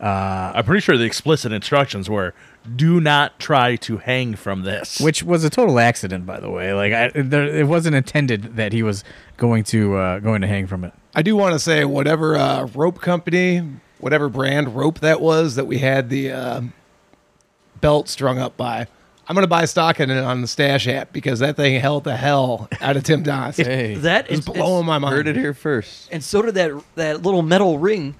I'm pretty sure the explicit instructions were: do not try to hang from this. which was a total accident, by the way. Like I, there, it wasn't intended that he was going to uh, going to hang from it. I do want to say whatever uh, rope company, whatever brand rope that was that we had the uh, belt strung up by. I'm gonna buy stock in it on the stash app because that thing held the hell out of Tim Don's. Hey. That It's is blowing my mind. heard it here first. And so did that that little metal ring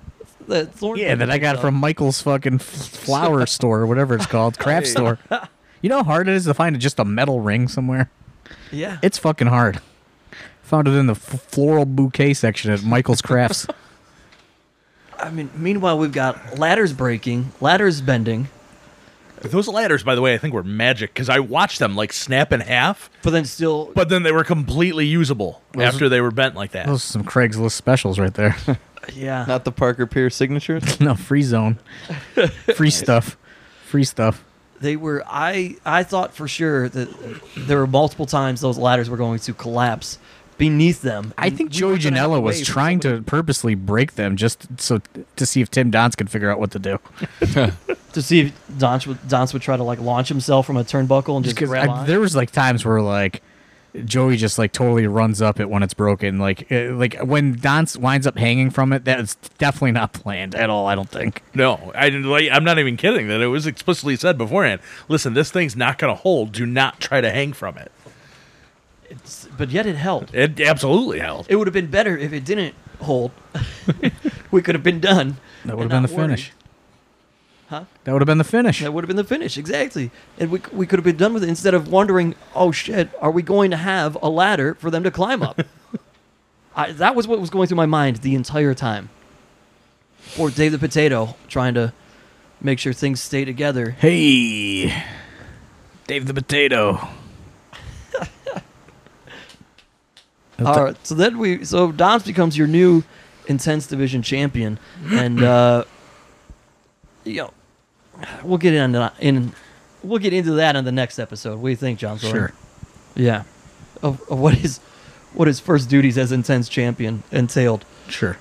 that Thorn. Yeah, that I got from Michael's fucking f- flower store or whatever it's called, craft store. You know how hard it is to find just a metal ring somewhere. Yeah. It's fucking hard. Found it in the f- floral bouquet section at Michael's Crafts. I mean, meanwhile we've got ladders breaking, ladders bending. But those ladders, by the way, I think were magic because I watched them like snap in half, But then still, but then they were completely usable after they were bent like that. Those are some Craigslist specials right there. yeah. Not the Parker Pierce signature. no, free zone. Free stuff. Free stuff. they were i i thought for sure that there were multiple times those ladders were going to collapse beneath them I And think we Joey were gonna have to Janela was wait for trying somebody to purposely break them just so to see if Tim Donz could figure out what to do. to see if Donch would, Donch would try to like launch himself from a turnbuckle and just, Because grab on. there was like times where like Joey just like totally runs up it when it's broken. Like uh, like when Donz winds up hanging from it, that's definitely not planned at all. I don't think. No, I didn't like. I'm not even kidding. That it was explicitly said beforehand. Listen, this thing's not going to hold. Do not try to hang from it. It's- but yet it held It absolutely held. it would have been better if it didn't hold we could have been done and That would have been not the finish. worried. Huh? That would have been the finish. that would have been the finish exactly and we, we could have been done with it instead of wondering oh shit are we going to have a ladder for them to climb up I, that was what was going through my mind the entire time or dave the potato trying to make sure things stay together Hey, Dave the Potato. all right so then we so Doms becomes your new intense division champion and uh you know we'll get in, in we'll get into that in the next episode what do you think john Zorn? Sure. Yeah, of, of what his what his first duties as intense champion entailed. Sure.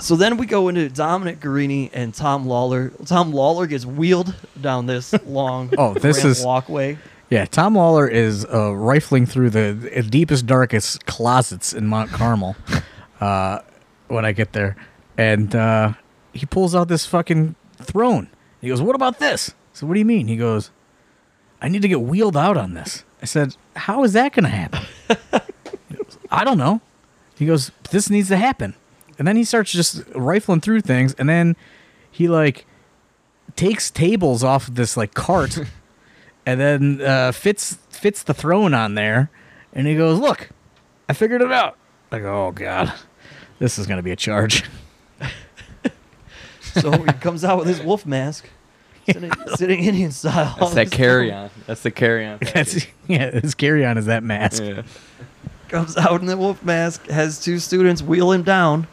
So then we go into Dominic Guarini and Tom Lawler. Tom Lawler gets wheeled down this long Oh, this ramp is- walkway. Yeah, Tom Lawler is uh, rifling through the uh, deepest, darkest closets in Mount Carmel uh, when I get there. And uh, he pulls out this fucking throne. He goes, What about this? So, what do you mean? He goes, I need to get wheeled out on this. I said, How is that going to happen? He goes, I don't know. He goes, This needs to happen. And then he starts just rifling through things. And then he, like, takes tables off of this, like, cart. and then uh, fits fits the throne on there, and he goes, "Look, I figured it out." I go, "Oh God, this is gonna be a charge." So he comes out with his wolf mask, sitting, sitting Indian style. That's that carry on. That's the carry on. That's yeah, his carry on is that mask. yeah. Comes out in the wolf mask, has two students wheel him down,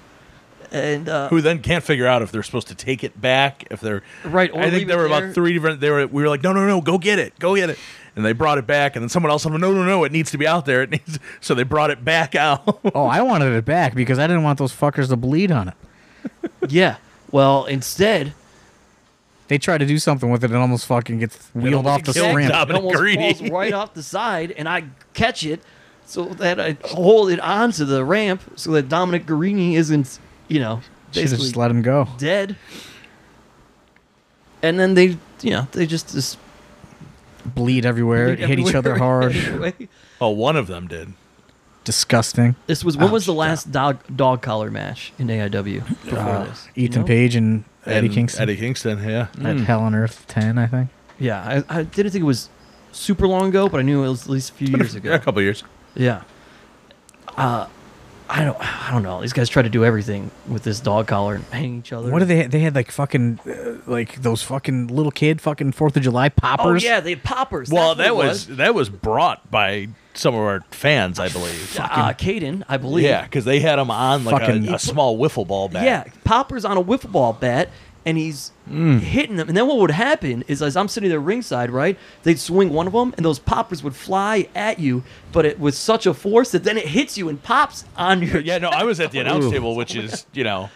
and uh, Who then can't figure out if they're supposed to take it back? If they're Right, or I leave think it there were there. about three different. They were. We were like, no, no, no, go get it, go get it. And they brought it back, and then someone else. I'm like, no, no, no, it needs to be out there. It needs. So they brought it back out. Oh, I wanted it back because I didn't want those fuckers to bleed on it. yeah. Well, instead, They try to do something with it and almost fucking gets wheeled off almost the gets ramp. up. It Dominic almost Greedy. falls right off the side, and I catch it so that I hold it onto the ramp so that Dominic Guarini isn't, you know, Should have basically just let him go. dead. And then they, you know, they just, just Bleed everywhere, hit each other hard. Anyway, oh, one of them did. Disgusting. This was when was Ouch. the last dog dog collar match in AIW before Uh, this? You Ethan know? Page and Eddie And Kingston Eddie Kingston. Yeah. at Hell on Earth 10, I think. Yeah, I, I didn't think it was super long ago, but I knew it was at least a few years ago. Yeah, a couple years. Yeah. Uh, I don't. I don't know. These guys try to do everything with this dog collar and hang each other. What do they? They had like fucking, uh, like those fucking little kid fucking Fourth of July Oh poppers. yeah, they had poppers. Well, That's that what it was that was brought by some of our fans, I believe. uh, Caden, I believe. Yeah, because they had him on like Fucking- a, a small wiffle ball bat. Yeah, poppers on a wiffle ball bat, and he's Mm. hitting them. And then what would happen is, as I'm sitting there ringside, right, they'd swing one of them, and those poppers would fly at you, but it was such a force that then it hits you and pops on your. Yeah, no, I was at the announce table, which is, you know,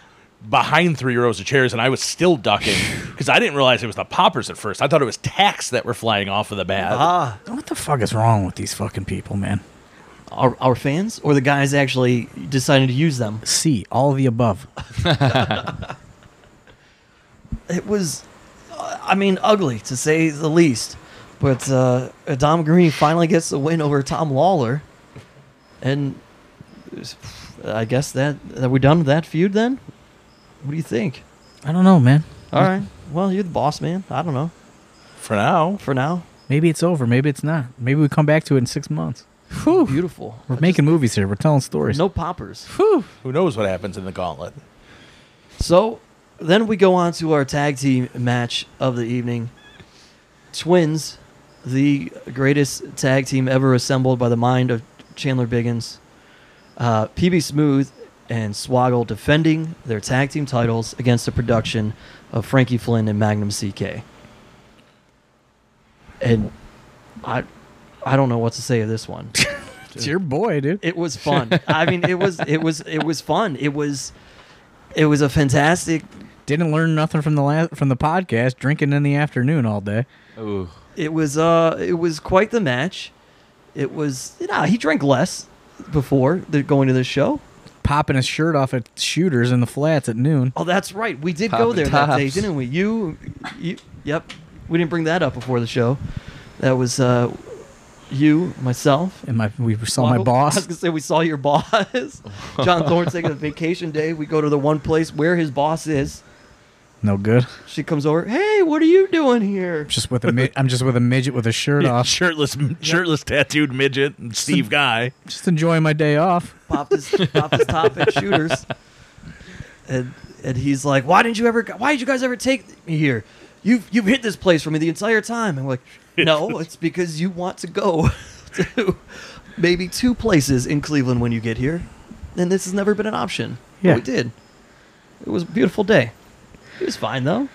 behind three rows of chairs, and I was still ducking because I didn't realize it was the poppers at first. I thought it was tacks that were flying off of the bat. Ah, What the fuck is wrong with these fucking people, man? our, our fans or the guys actually decided to use them. C, all of the above. it was, uh, I mean, ugly to say the least. But uh, Dom Green finally gets the win over Tom Lawler, and uh, I guess that are we done with that feud then? What do you think? I don't know, man. All right, well you're the boss man. I don't know For now, for now. Maybe it's over. Maybe it's not. Maybe we come back to it in six months. Beautiful. We're making movies here. We're telling stories. No poppers. who knows what happens in the gauntlet? So then we go on to our tag team match of the evening. Twins, the greatest tag team ever assembled by the mind of Chandler Biggins. Uh, PB Smooth and Swoggle defending their tag team titles against the production of Frankie Flynn and Magnum CK. And I, I don't know what to say of this one. It's your boy, dude. It was fun. I mean, it was it was it was fun. It was it was a fantastic. Didn't learn nothing from the la- from the podcast. Drinking in the afternoon all day. Ooh. It was uh it was quite the match. It was nah, he drank less before the, going to this show. Popping his shirt off at shooters in the flats at noon. Oh, that's right. We did go Poppin' there that day, tops. didn't we? You, you, yep. We didn't bring that up before the show. That was uh you, myself, And my we saw my Waddle. I was boss. gonna say we saw your boss. John Thorne's taking a vacation day. We go to the one place where his boss is. No good. She comes over. Hey, what are you doing here? Just with a mi- I'm just with a midget with a shirt off. Shirtless, shirtless, tattooed midget, and Steve Guy. Just enjoying my day off. Popped his popped his top at shooters. And and he's like, why didn't you ever? Why did you guys ever take me here? You've you've hit this place for me the entire time. I'm like, no, it's because you want to go to maybe two places in Cleveland when you get here, and this has never been an option. But Yeah. we did. It was a beautiful day. It was fine though.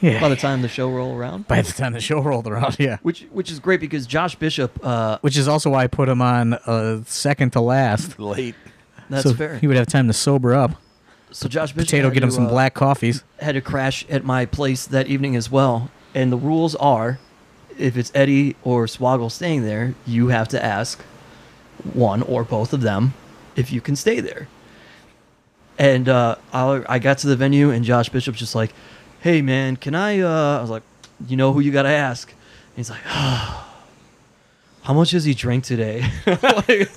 Yeah. by the time the show roll around. By the time the show rolled around, yeah. Which which is great because Josh Bishop, uh, Which is also why I put him on uh, second to last. Late. that's so fair. He would have time to sober up. so Josh Bishop Potato, had get him to, some uh, black coffees. had to crash at my place that evening as well. And the rules are, if it's Eddie or Swoggle staying there, you have to ask one or both of them if you can stay there. And uh, I, I got to the venue, and Josh Bishop's just like, "Hey man, can I?" Uh, I was like, "You know who you gotta ask." And he's like, "How much has he drank today?" like,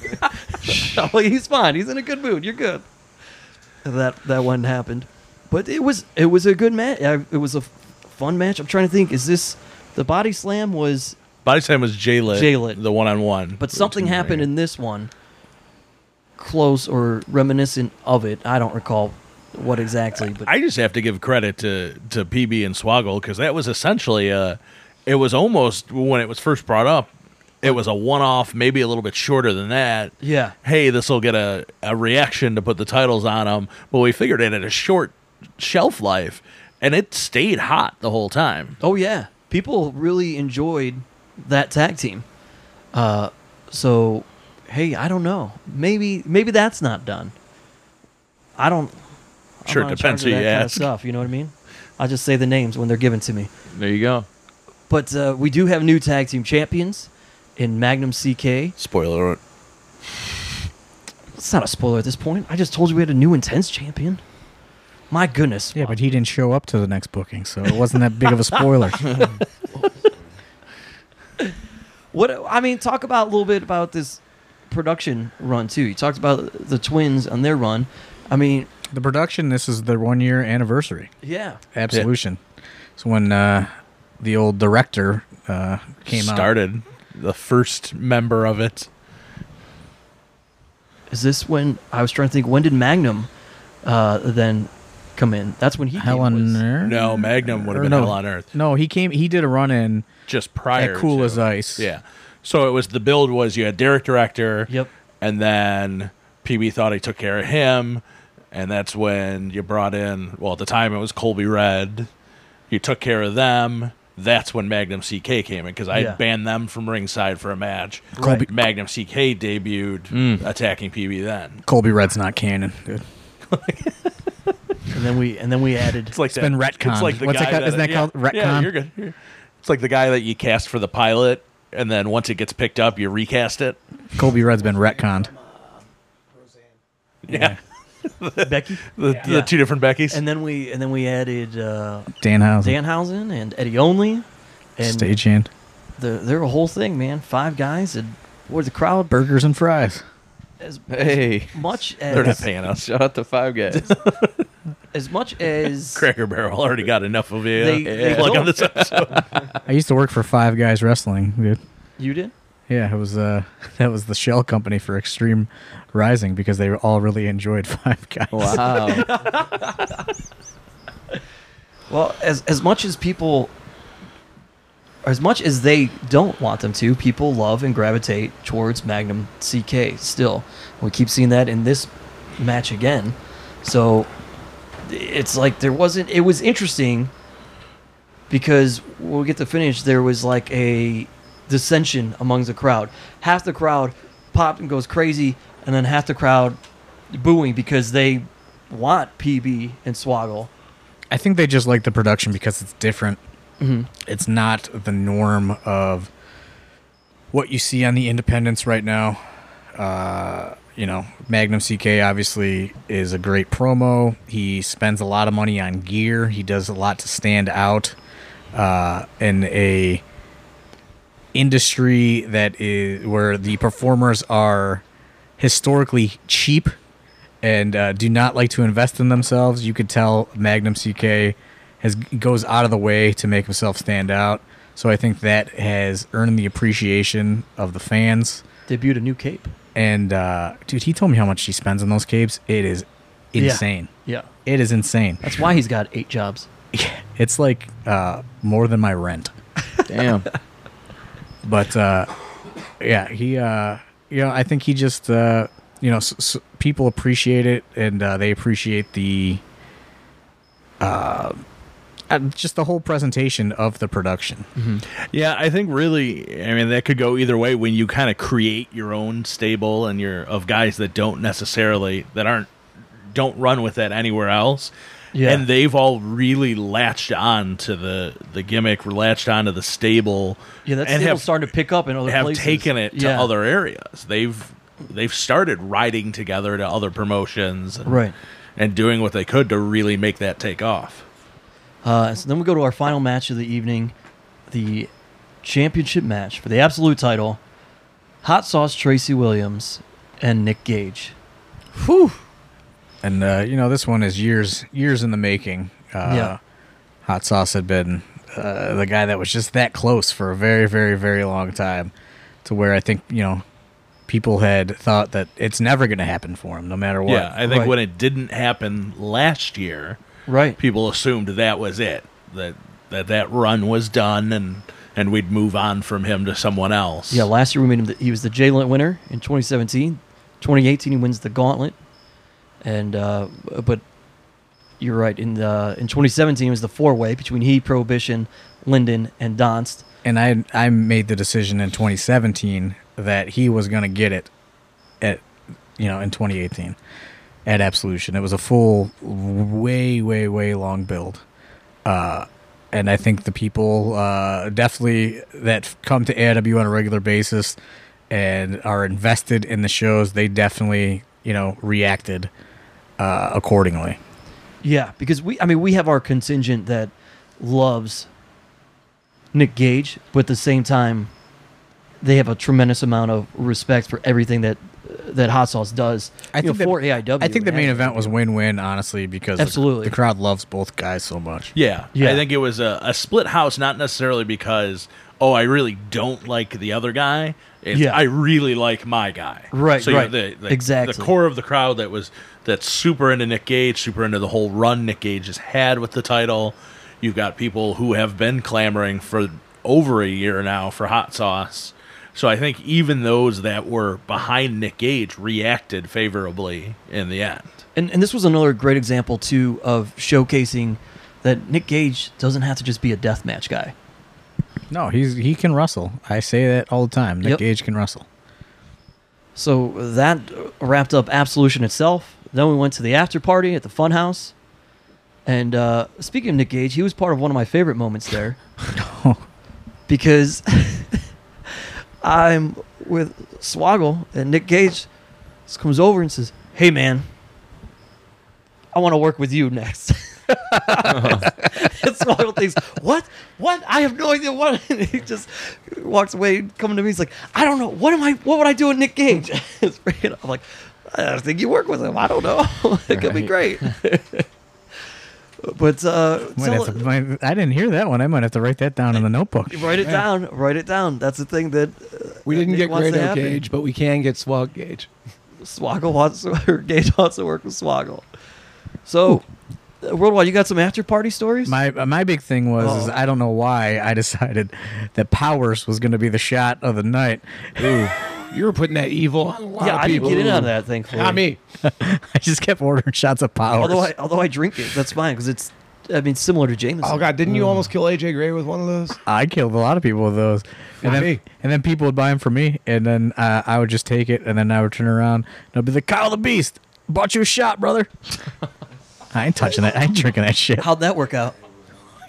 I'm like, he's fine. He's in a good mood. You're good. That that one happened, but it was it was a good match. It was a f- fun match. I'm trying to think. Is this the body slam was? Body slam was Jaylit. Jaylit. the one on one. But something happened in this one, close or reminiscent of it. I don't recall what exactly, but I just have to give credit to to PB and Swoggle because that was essentially a. It was almost when it was first brought up. It was a one-off, maybe a little bit shorter than that. Yeah. Hey, this will get a, a reaction to put the titles on them, but we figured it had a short shelf life, and it stayed hot the whole time. Oh yeah, people really enjoyed that tag team. Uh, so hey, I don't know. Maybe maybe that's not done. I don't. I'm Sure, not in depends charge who of you that kinda ask. stuff, you know what I mean? I just say the names when they're given to me. There you go. But uh, we do have new tag team champions in Magnum CK. Spoiler alert. It's not a spoiler at this point. I just told you we had a new intense champion. My goodness. Yeah, but he didn't show up to the next booking, so it wasn't that big of a spoiler. What I mean, talk about a little bit about this production run too. You talked about the twins on their run. I mean, the production, this is their one year anniversary. yeah, Absolution. It's when uh, the old director uh, came out. started the first member of it. Is this when I was trying to think? When did Magnum uh, then come in? That's when he Hell came, on was- Earth? No, Magnum would have been no. Hell on Earth. No, he came. He did a run in Just prior. at Cool to. as Ice. Yeah. So it was the build was you had Derek director. Yep. And then PB thought he took care of him, and that's when you brought in. Well, at the time it was Colby Red. You took care of them. That's when Magnum CK came in because I Yeah. had banned them from ringside for a match. Colby- Magnum CK debuted Mm. attacking PB then. Colby Red's not canon, dude. and then we and then we added. It's like that, been It's retconned. like the What's guy that called- isn't that yeah, called Yeah, retcon? you're good. You're- It's like the guy that you cast for the pilot, and then once it gets picked up, you recast it. Colby Red's been retconned. Yeah, Becky, the, Yeah. the two different Beckys. and then we and then we added uh, Dan Housen, Danhausen and Eddie Only, and stagehand, the, they're a whole thing, man. Five guys and boy, the crowd burgers and fries. as Hey, much They're not as paying us. shout out to Five Guys. as much as Cracker Barrel already got enough of you. They- they Plug don't. on this episode. I used to work for Five Guys Wrestling, dude. you did. Yeah, it was uh that was the shell company for Extreme Rising because they all really enjoyed Five Guys. Wow. Well, as as much as people as much as they don't want them to, people love and gravitate towards Magnum CK still. We keep seeing that in this match again. So it's like there wasn't it was interesting because we'll get the finish there was like a dissension amongst the crowd half the crowd popped and goes crazy and then half the crowd booing because they want pb and swoggle I think they just like the production because it's different. Mhm. It's not the norm of what you see on the independents right now. Uh, you know, Magnum CK obviously is a great promo. He spends a lot of money on gear. He does a lot to stand out uh, in a industry that is where the performers are historically cheap and uh, do not like to invest in themselves. You could tell Magnum CK has goes out of the way to make himself stand out. So I think that has earned the appreciation of the fans. debuted a new cape And uh, dude, he told me how much he spends on those capes. It is insane. yeah It is insane. that's why he's got eight jobs It's like uh, more than my rent. Damn. but uh, yeah, he, uh, you know, I think he just, uh, you know, s- s- people appreciate it, and uh, they appreciate the, uh, uh, just the whole presentation of the production. Yeah, I think really, I mean, that could go either way when you kind of create your own stable and you're of guys that don't necessarily, that aren't, don't run with that anywhere else. Yeah. And they've all really latched on to the, the gimmick, latched on to the stable. yeah that's and still have, starting to pick up in other have places. taken it to Yeah. other areas. They've, they've started riding together to other promotions and, Right. and doing what they could to really make that take off. Uh, so then we go to our final match of the evening, the championship match for the absolute title. Hot Sauce Tracy Williams and Nick Gage. And uh, you know, this one is years, years in the making. Uh, Yeah. Hot Sauce had been uh, the guy that was just that close for a very, very, very long time, to where I think you know, people had thought that it's never going to happen for him, no matter what. Yeah, I think Right. when it didn't happen last year, Right. people assumed that was it that that that run was done and and we'd move on from him to someone else Yeah, last year we made him. The, he was the Jalen winner in 2017. 2018 he wins the Gauntlet, and uh, but you're right. In the in 2017 it was the four way between he, Prohibition, Linden, and Donst. and I I made the decision in 2017 that he was going to get it at you know in 2018 at Absolution. It was a full way way way long build. Uh and I think the people uh, definitely that come to AIW on a regular basis and are invested in the shows, they definitely you know reacted uh, accordingly. Yeah, because we I mean we have our contingent that loves Nick Gage, but at the same time they have a tremendous amount of respect for everything that that Hot Sauce does. I you know, think that- for AIW. I think the and everything. main event was win-win, honestly, because the- Absolutely. the crowd loves both guys so much. yeah, Yeah. i think it was a, a split house not necessarily because oh i really don't like the other guy it's, Yeah. i really like my guy Right, so you right. know, the, the, Exactly. the core of the crowd that was that's super into nick gage super into the whole run nick gage has had with the title you've got people who have been clamoring for over a year now for hot sauce so I think even those that were behind Nick Gage reacted favorably in the end. And and this was another great example too of showcasing that Nick Gage doesn't have to just be a deathmatch guy. No, he's he can wrestle. I say that all the time. Nick Yep. Gage can wrestle. So that wrapped up Absolution itself. Then we went to the after party at the Funhouse. And uh, speaking of Nick Gage, he was part of one of my favorite moments there. because I'm with Swoggle, and Nick Gage just comes over and says, Hey, man, I want to work with you next. and Swoggle thinks, What? What? I have no idea what. And he just walks away, coming to me. He's like, I don't know. What am I? What would I do with Nick Gage? It's freaking- I'm like, I think you work with him. I don't know. it could be great. but uh, Might tell- have to- might- I didn't hear that one. I might have to write that down in the notebook. Write it down. Write it down. That's the thing that uh, We didn't Nick get wants to Grado happen. Gage, but we can get Swag Gage. Swoggle wants or Gage wants to work with Swoggle. So uh, Worldwide, you got some after party stories? My uh, my big thing was is Oh. I don't know why I decided that Powers was going to be the shot of the night. You were putting that evil on a lot yeah, of I didn't people. get in on that thing. Not me. I just kept ordering shots of Powers. Although I, although I drink it, that's fine because it's, I mean, similar to Jameson. Oh god, didn't Mm. you almost kill AJ Gray with one of those? I killed a lot of people with those, and Not then me. and then people would buy them for me, and then uh, I would just take it, and then I would turn around and I'd be like, "Kyle the Beast, bought you a shot, brother." I ain't touching that. I ain't drinking that shit. How'd that work out?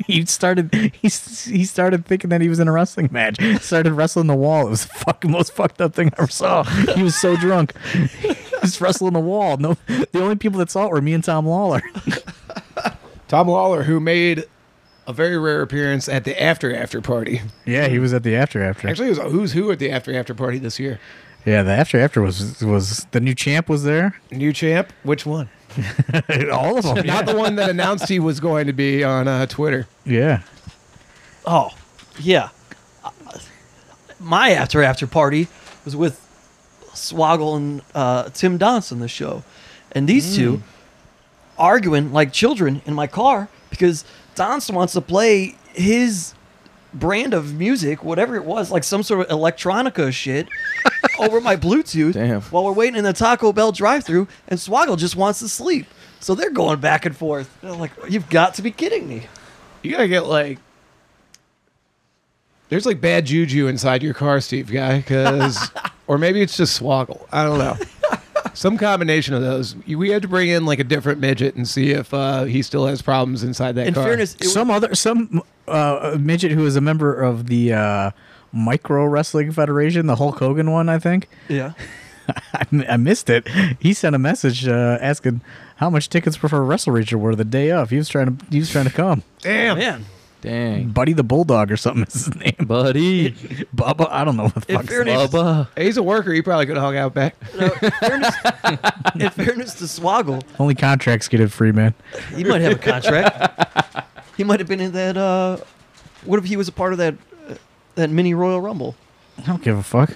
He started. He s- he started thinking that he was in a wrestling match. Started wrestling the wall. It was the fucking most fucked up thing I ever saw. He was so drunk. He was wrestling the wall. No, the only people that saw it were me and Tom Lawler. Tom Lawler, who made a very rare appearance at the after after party. Yeah, he was at the after after. Actually, it was a who's who at the after after party this year. Yeah, the after after was was the new champ was there. New champ, which one? All of them. Not the one that announced he was going to be on uh, Twitter. Yeah. Oh, yeah. Uh, My after after party was with Swoggle and uh, Tim Donson, the show. And these two arguing like children in my car because Donson wants to play his brand of music, whatever it was, like some sort of electronica shit, over my Bluetooth Damn. while we're waiting in the Taco Bell drive through and Swoggle just wants to sleep. So they're going back and forth. And I'm like, you've got to be kidding me. You gotta get like. There's like bad juju inside your car, Steve guy, because, or maybe it's just swoggle. I don't know. Some combination of those. You- We had to bring in like a different midget and see if uh, he still has problems inside that In car. fairness, it was- some other some uh, midget who is a member of the uh, Micro Wrestling Federation, the Hulk Hogan one, I think. yeah. I, m- I missed it. He sent a message uh, asking how much tickets for Wrestle Ranger were the day of. He was trying to he was trying to come. damn, Man, Dang. Buddy the Bulldog or something is his name. Buddy. Bubba, I don't know what the In fuck's fairness- Bubba. he's a worker. He probably could have hung out back. no, in fairness, in fairness to Swoggle, Only contracts get it free, man. he might have a contract. he might have been in that. Uh, what if he was a part of that uh, that mini Royal Rumble? I don't give a fuck.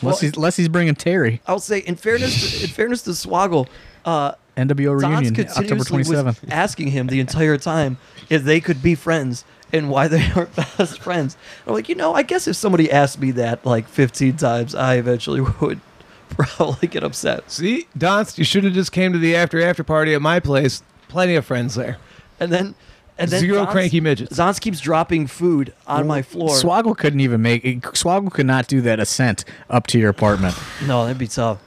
Unless, he's, unless he's bringing Terry, I'll say, in fairness, to, in fairness to Swoggle, uh, NWO Don's reunion, October continuously was 27th. asking him the entire time if they could be friends and why they aren't best friends. I'm like, you know, I guess if somebody asked me that like 15 times, I eventually would probably get upset. See, Donst, you should have just came to the after after party at my place. Plenty of friends there. And then, and then Zero Zons- cranky midgets. Zons keeps dropping food on my floor. Swoggle couldn't even make Swoggle could not do that ascent up to your apartment. no, that'd be tough.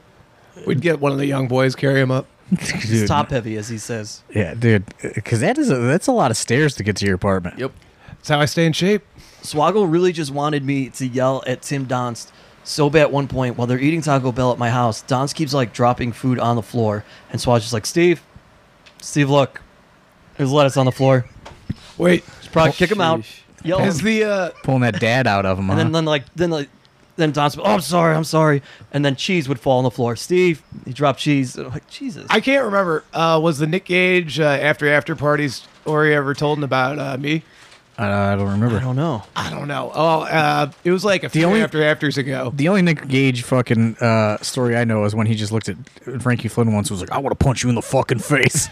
We'd get one of the young boys carry him up. Dude, It's top heavy, as he says. Yeah, dude, because that is a, that's a lot of stairs to get to your apartment. Yep. That's how I stay in shape. Swoggle really just wanted me to yell at Tim Donst so bad at one point while they're eating Taco Bell at my house. Donst keeps like dropping food on the floor, and Swog's just like, Steve, Steve, look, there's lettuce on the floor. Wait, Just probably kick him out. Yell. at him. is the uh, Pulling that dad out of him. And then, huh? then like then like then Don's oh I'm sorry I'm sorry and then cheese would fall on the floor. Steve he dropped cheese. And I'm like Jesus. I can't remember. Uh, was the Nick Gage uh, after after party story ever told about uh, me? uh, I don't remember. I don't know. I don't know. Oh, uh, it was like a few only- after afters ago. the only Nick Gage fucking uh, story I know is when he just looked at Frankie Flynn once and was like, "I want to punch you in the fucking face."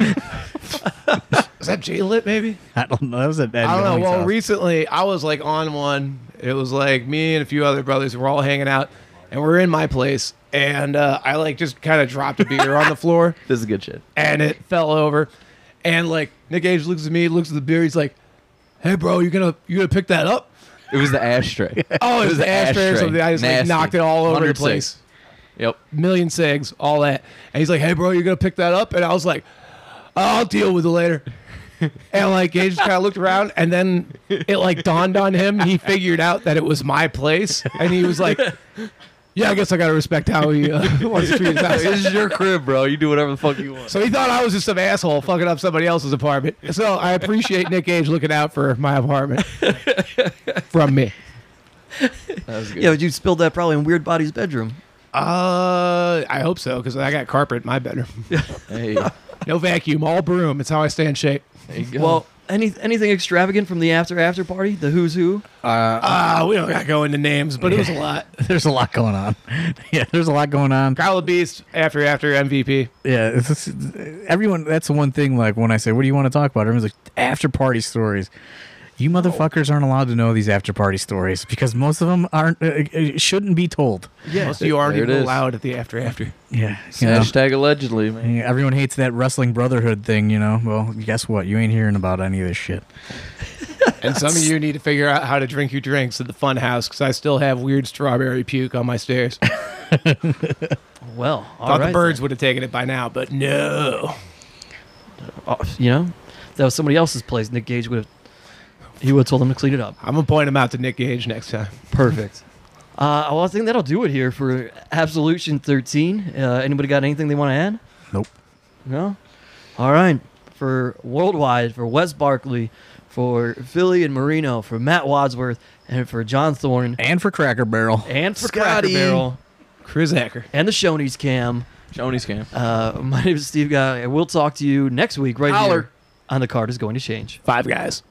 Is that J Lit maybe? I don't know. That was at Eddie I don't know. Long's Well, house. recently I was like on one. It was like me and a few other brothers were all hanging out, and we're in my place, and uh, I like just kind of dropped a beer on the floor, This is good shit. and it fell over, and like Nick Gage looks at me, looks at the beer, he's like, "Hey, bro, you gonna you gonna pick that up?" It was the ashtray. Oh, it was was an the ashtray, or ashtray. something. I just like, Nasty. knocked it all over the 100 sig. place. yep. million segs, all that. And he's like, "Hey, bro, you're gonna pick that up?" And I was like, "I'll deal with it later." And like Gage kind of looked around, and then it like dawned on him. He figured out that it was my place, and he was like, "Yeah, I guess I gotta respect how he uh, wants to treat his house." This is your crib, bro. You do whatever the fuck you want. So he thought I was just some asshole fucking up somebody else's apartment. So I appreciate Nick Gage looking out for my apartment from me. That was good. Yeah, but you spilled that probably in Weird Body's bedroom. Uh, I hope so because I got carpet in my bedroom. Hey, there No vacuum, all broom. It's how I stay in shape. you go. Well, Any anything extravagant from the after after party? The who's who? Uh, Ah, we don't got to go into names, but it was a lot. There's a lot going on. yeah, there's a lot going on. Growl of Beast, after after MVP. Yeah, it's, it's, everyone. That's the one thing. Like when I say, "What do you want to talk about?" Everyone's like, "After party stories." You motherfuckers aren't allowed to know these after party stories because most of them aren't uh, uh, shouldn't be told. Yeah. Most of you aren't there it even is. allowed at the after after. Yeah, Hashtag allegedly, man. everyone hates that wrestling brotherhood thing. You know, well, guess what? You ain't hearing about any of this shit. And some of you need to figure out how to drink your drinks at the fun house because I still have weird strawberry puke on my stairs. Well, all Thought right the birds would have taken it by now, but no. then. Oh, you know, if that was somebody else's place. Nick Gage would have. He would have told them to clean it up. I'm gonna point them out to Nick Gage next time. Perfect. Uh, well, I think that'll do it here for Absolution 13. Uh, anybody got anything they want to add? Nope. No? All right. For Worldwide, for Wes Barkley, for Philly and Marino, for Matt Wadsworth, and for John Thorne, And for Cracker Barrel, and for Cracker Barrel, Chris Acker. and the Shoney's Cam. Shoney's cam. Uh, my name is Steve Guy, and we'll talk to you next week right Holler. here on The Card is Going to Change. Five guys.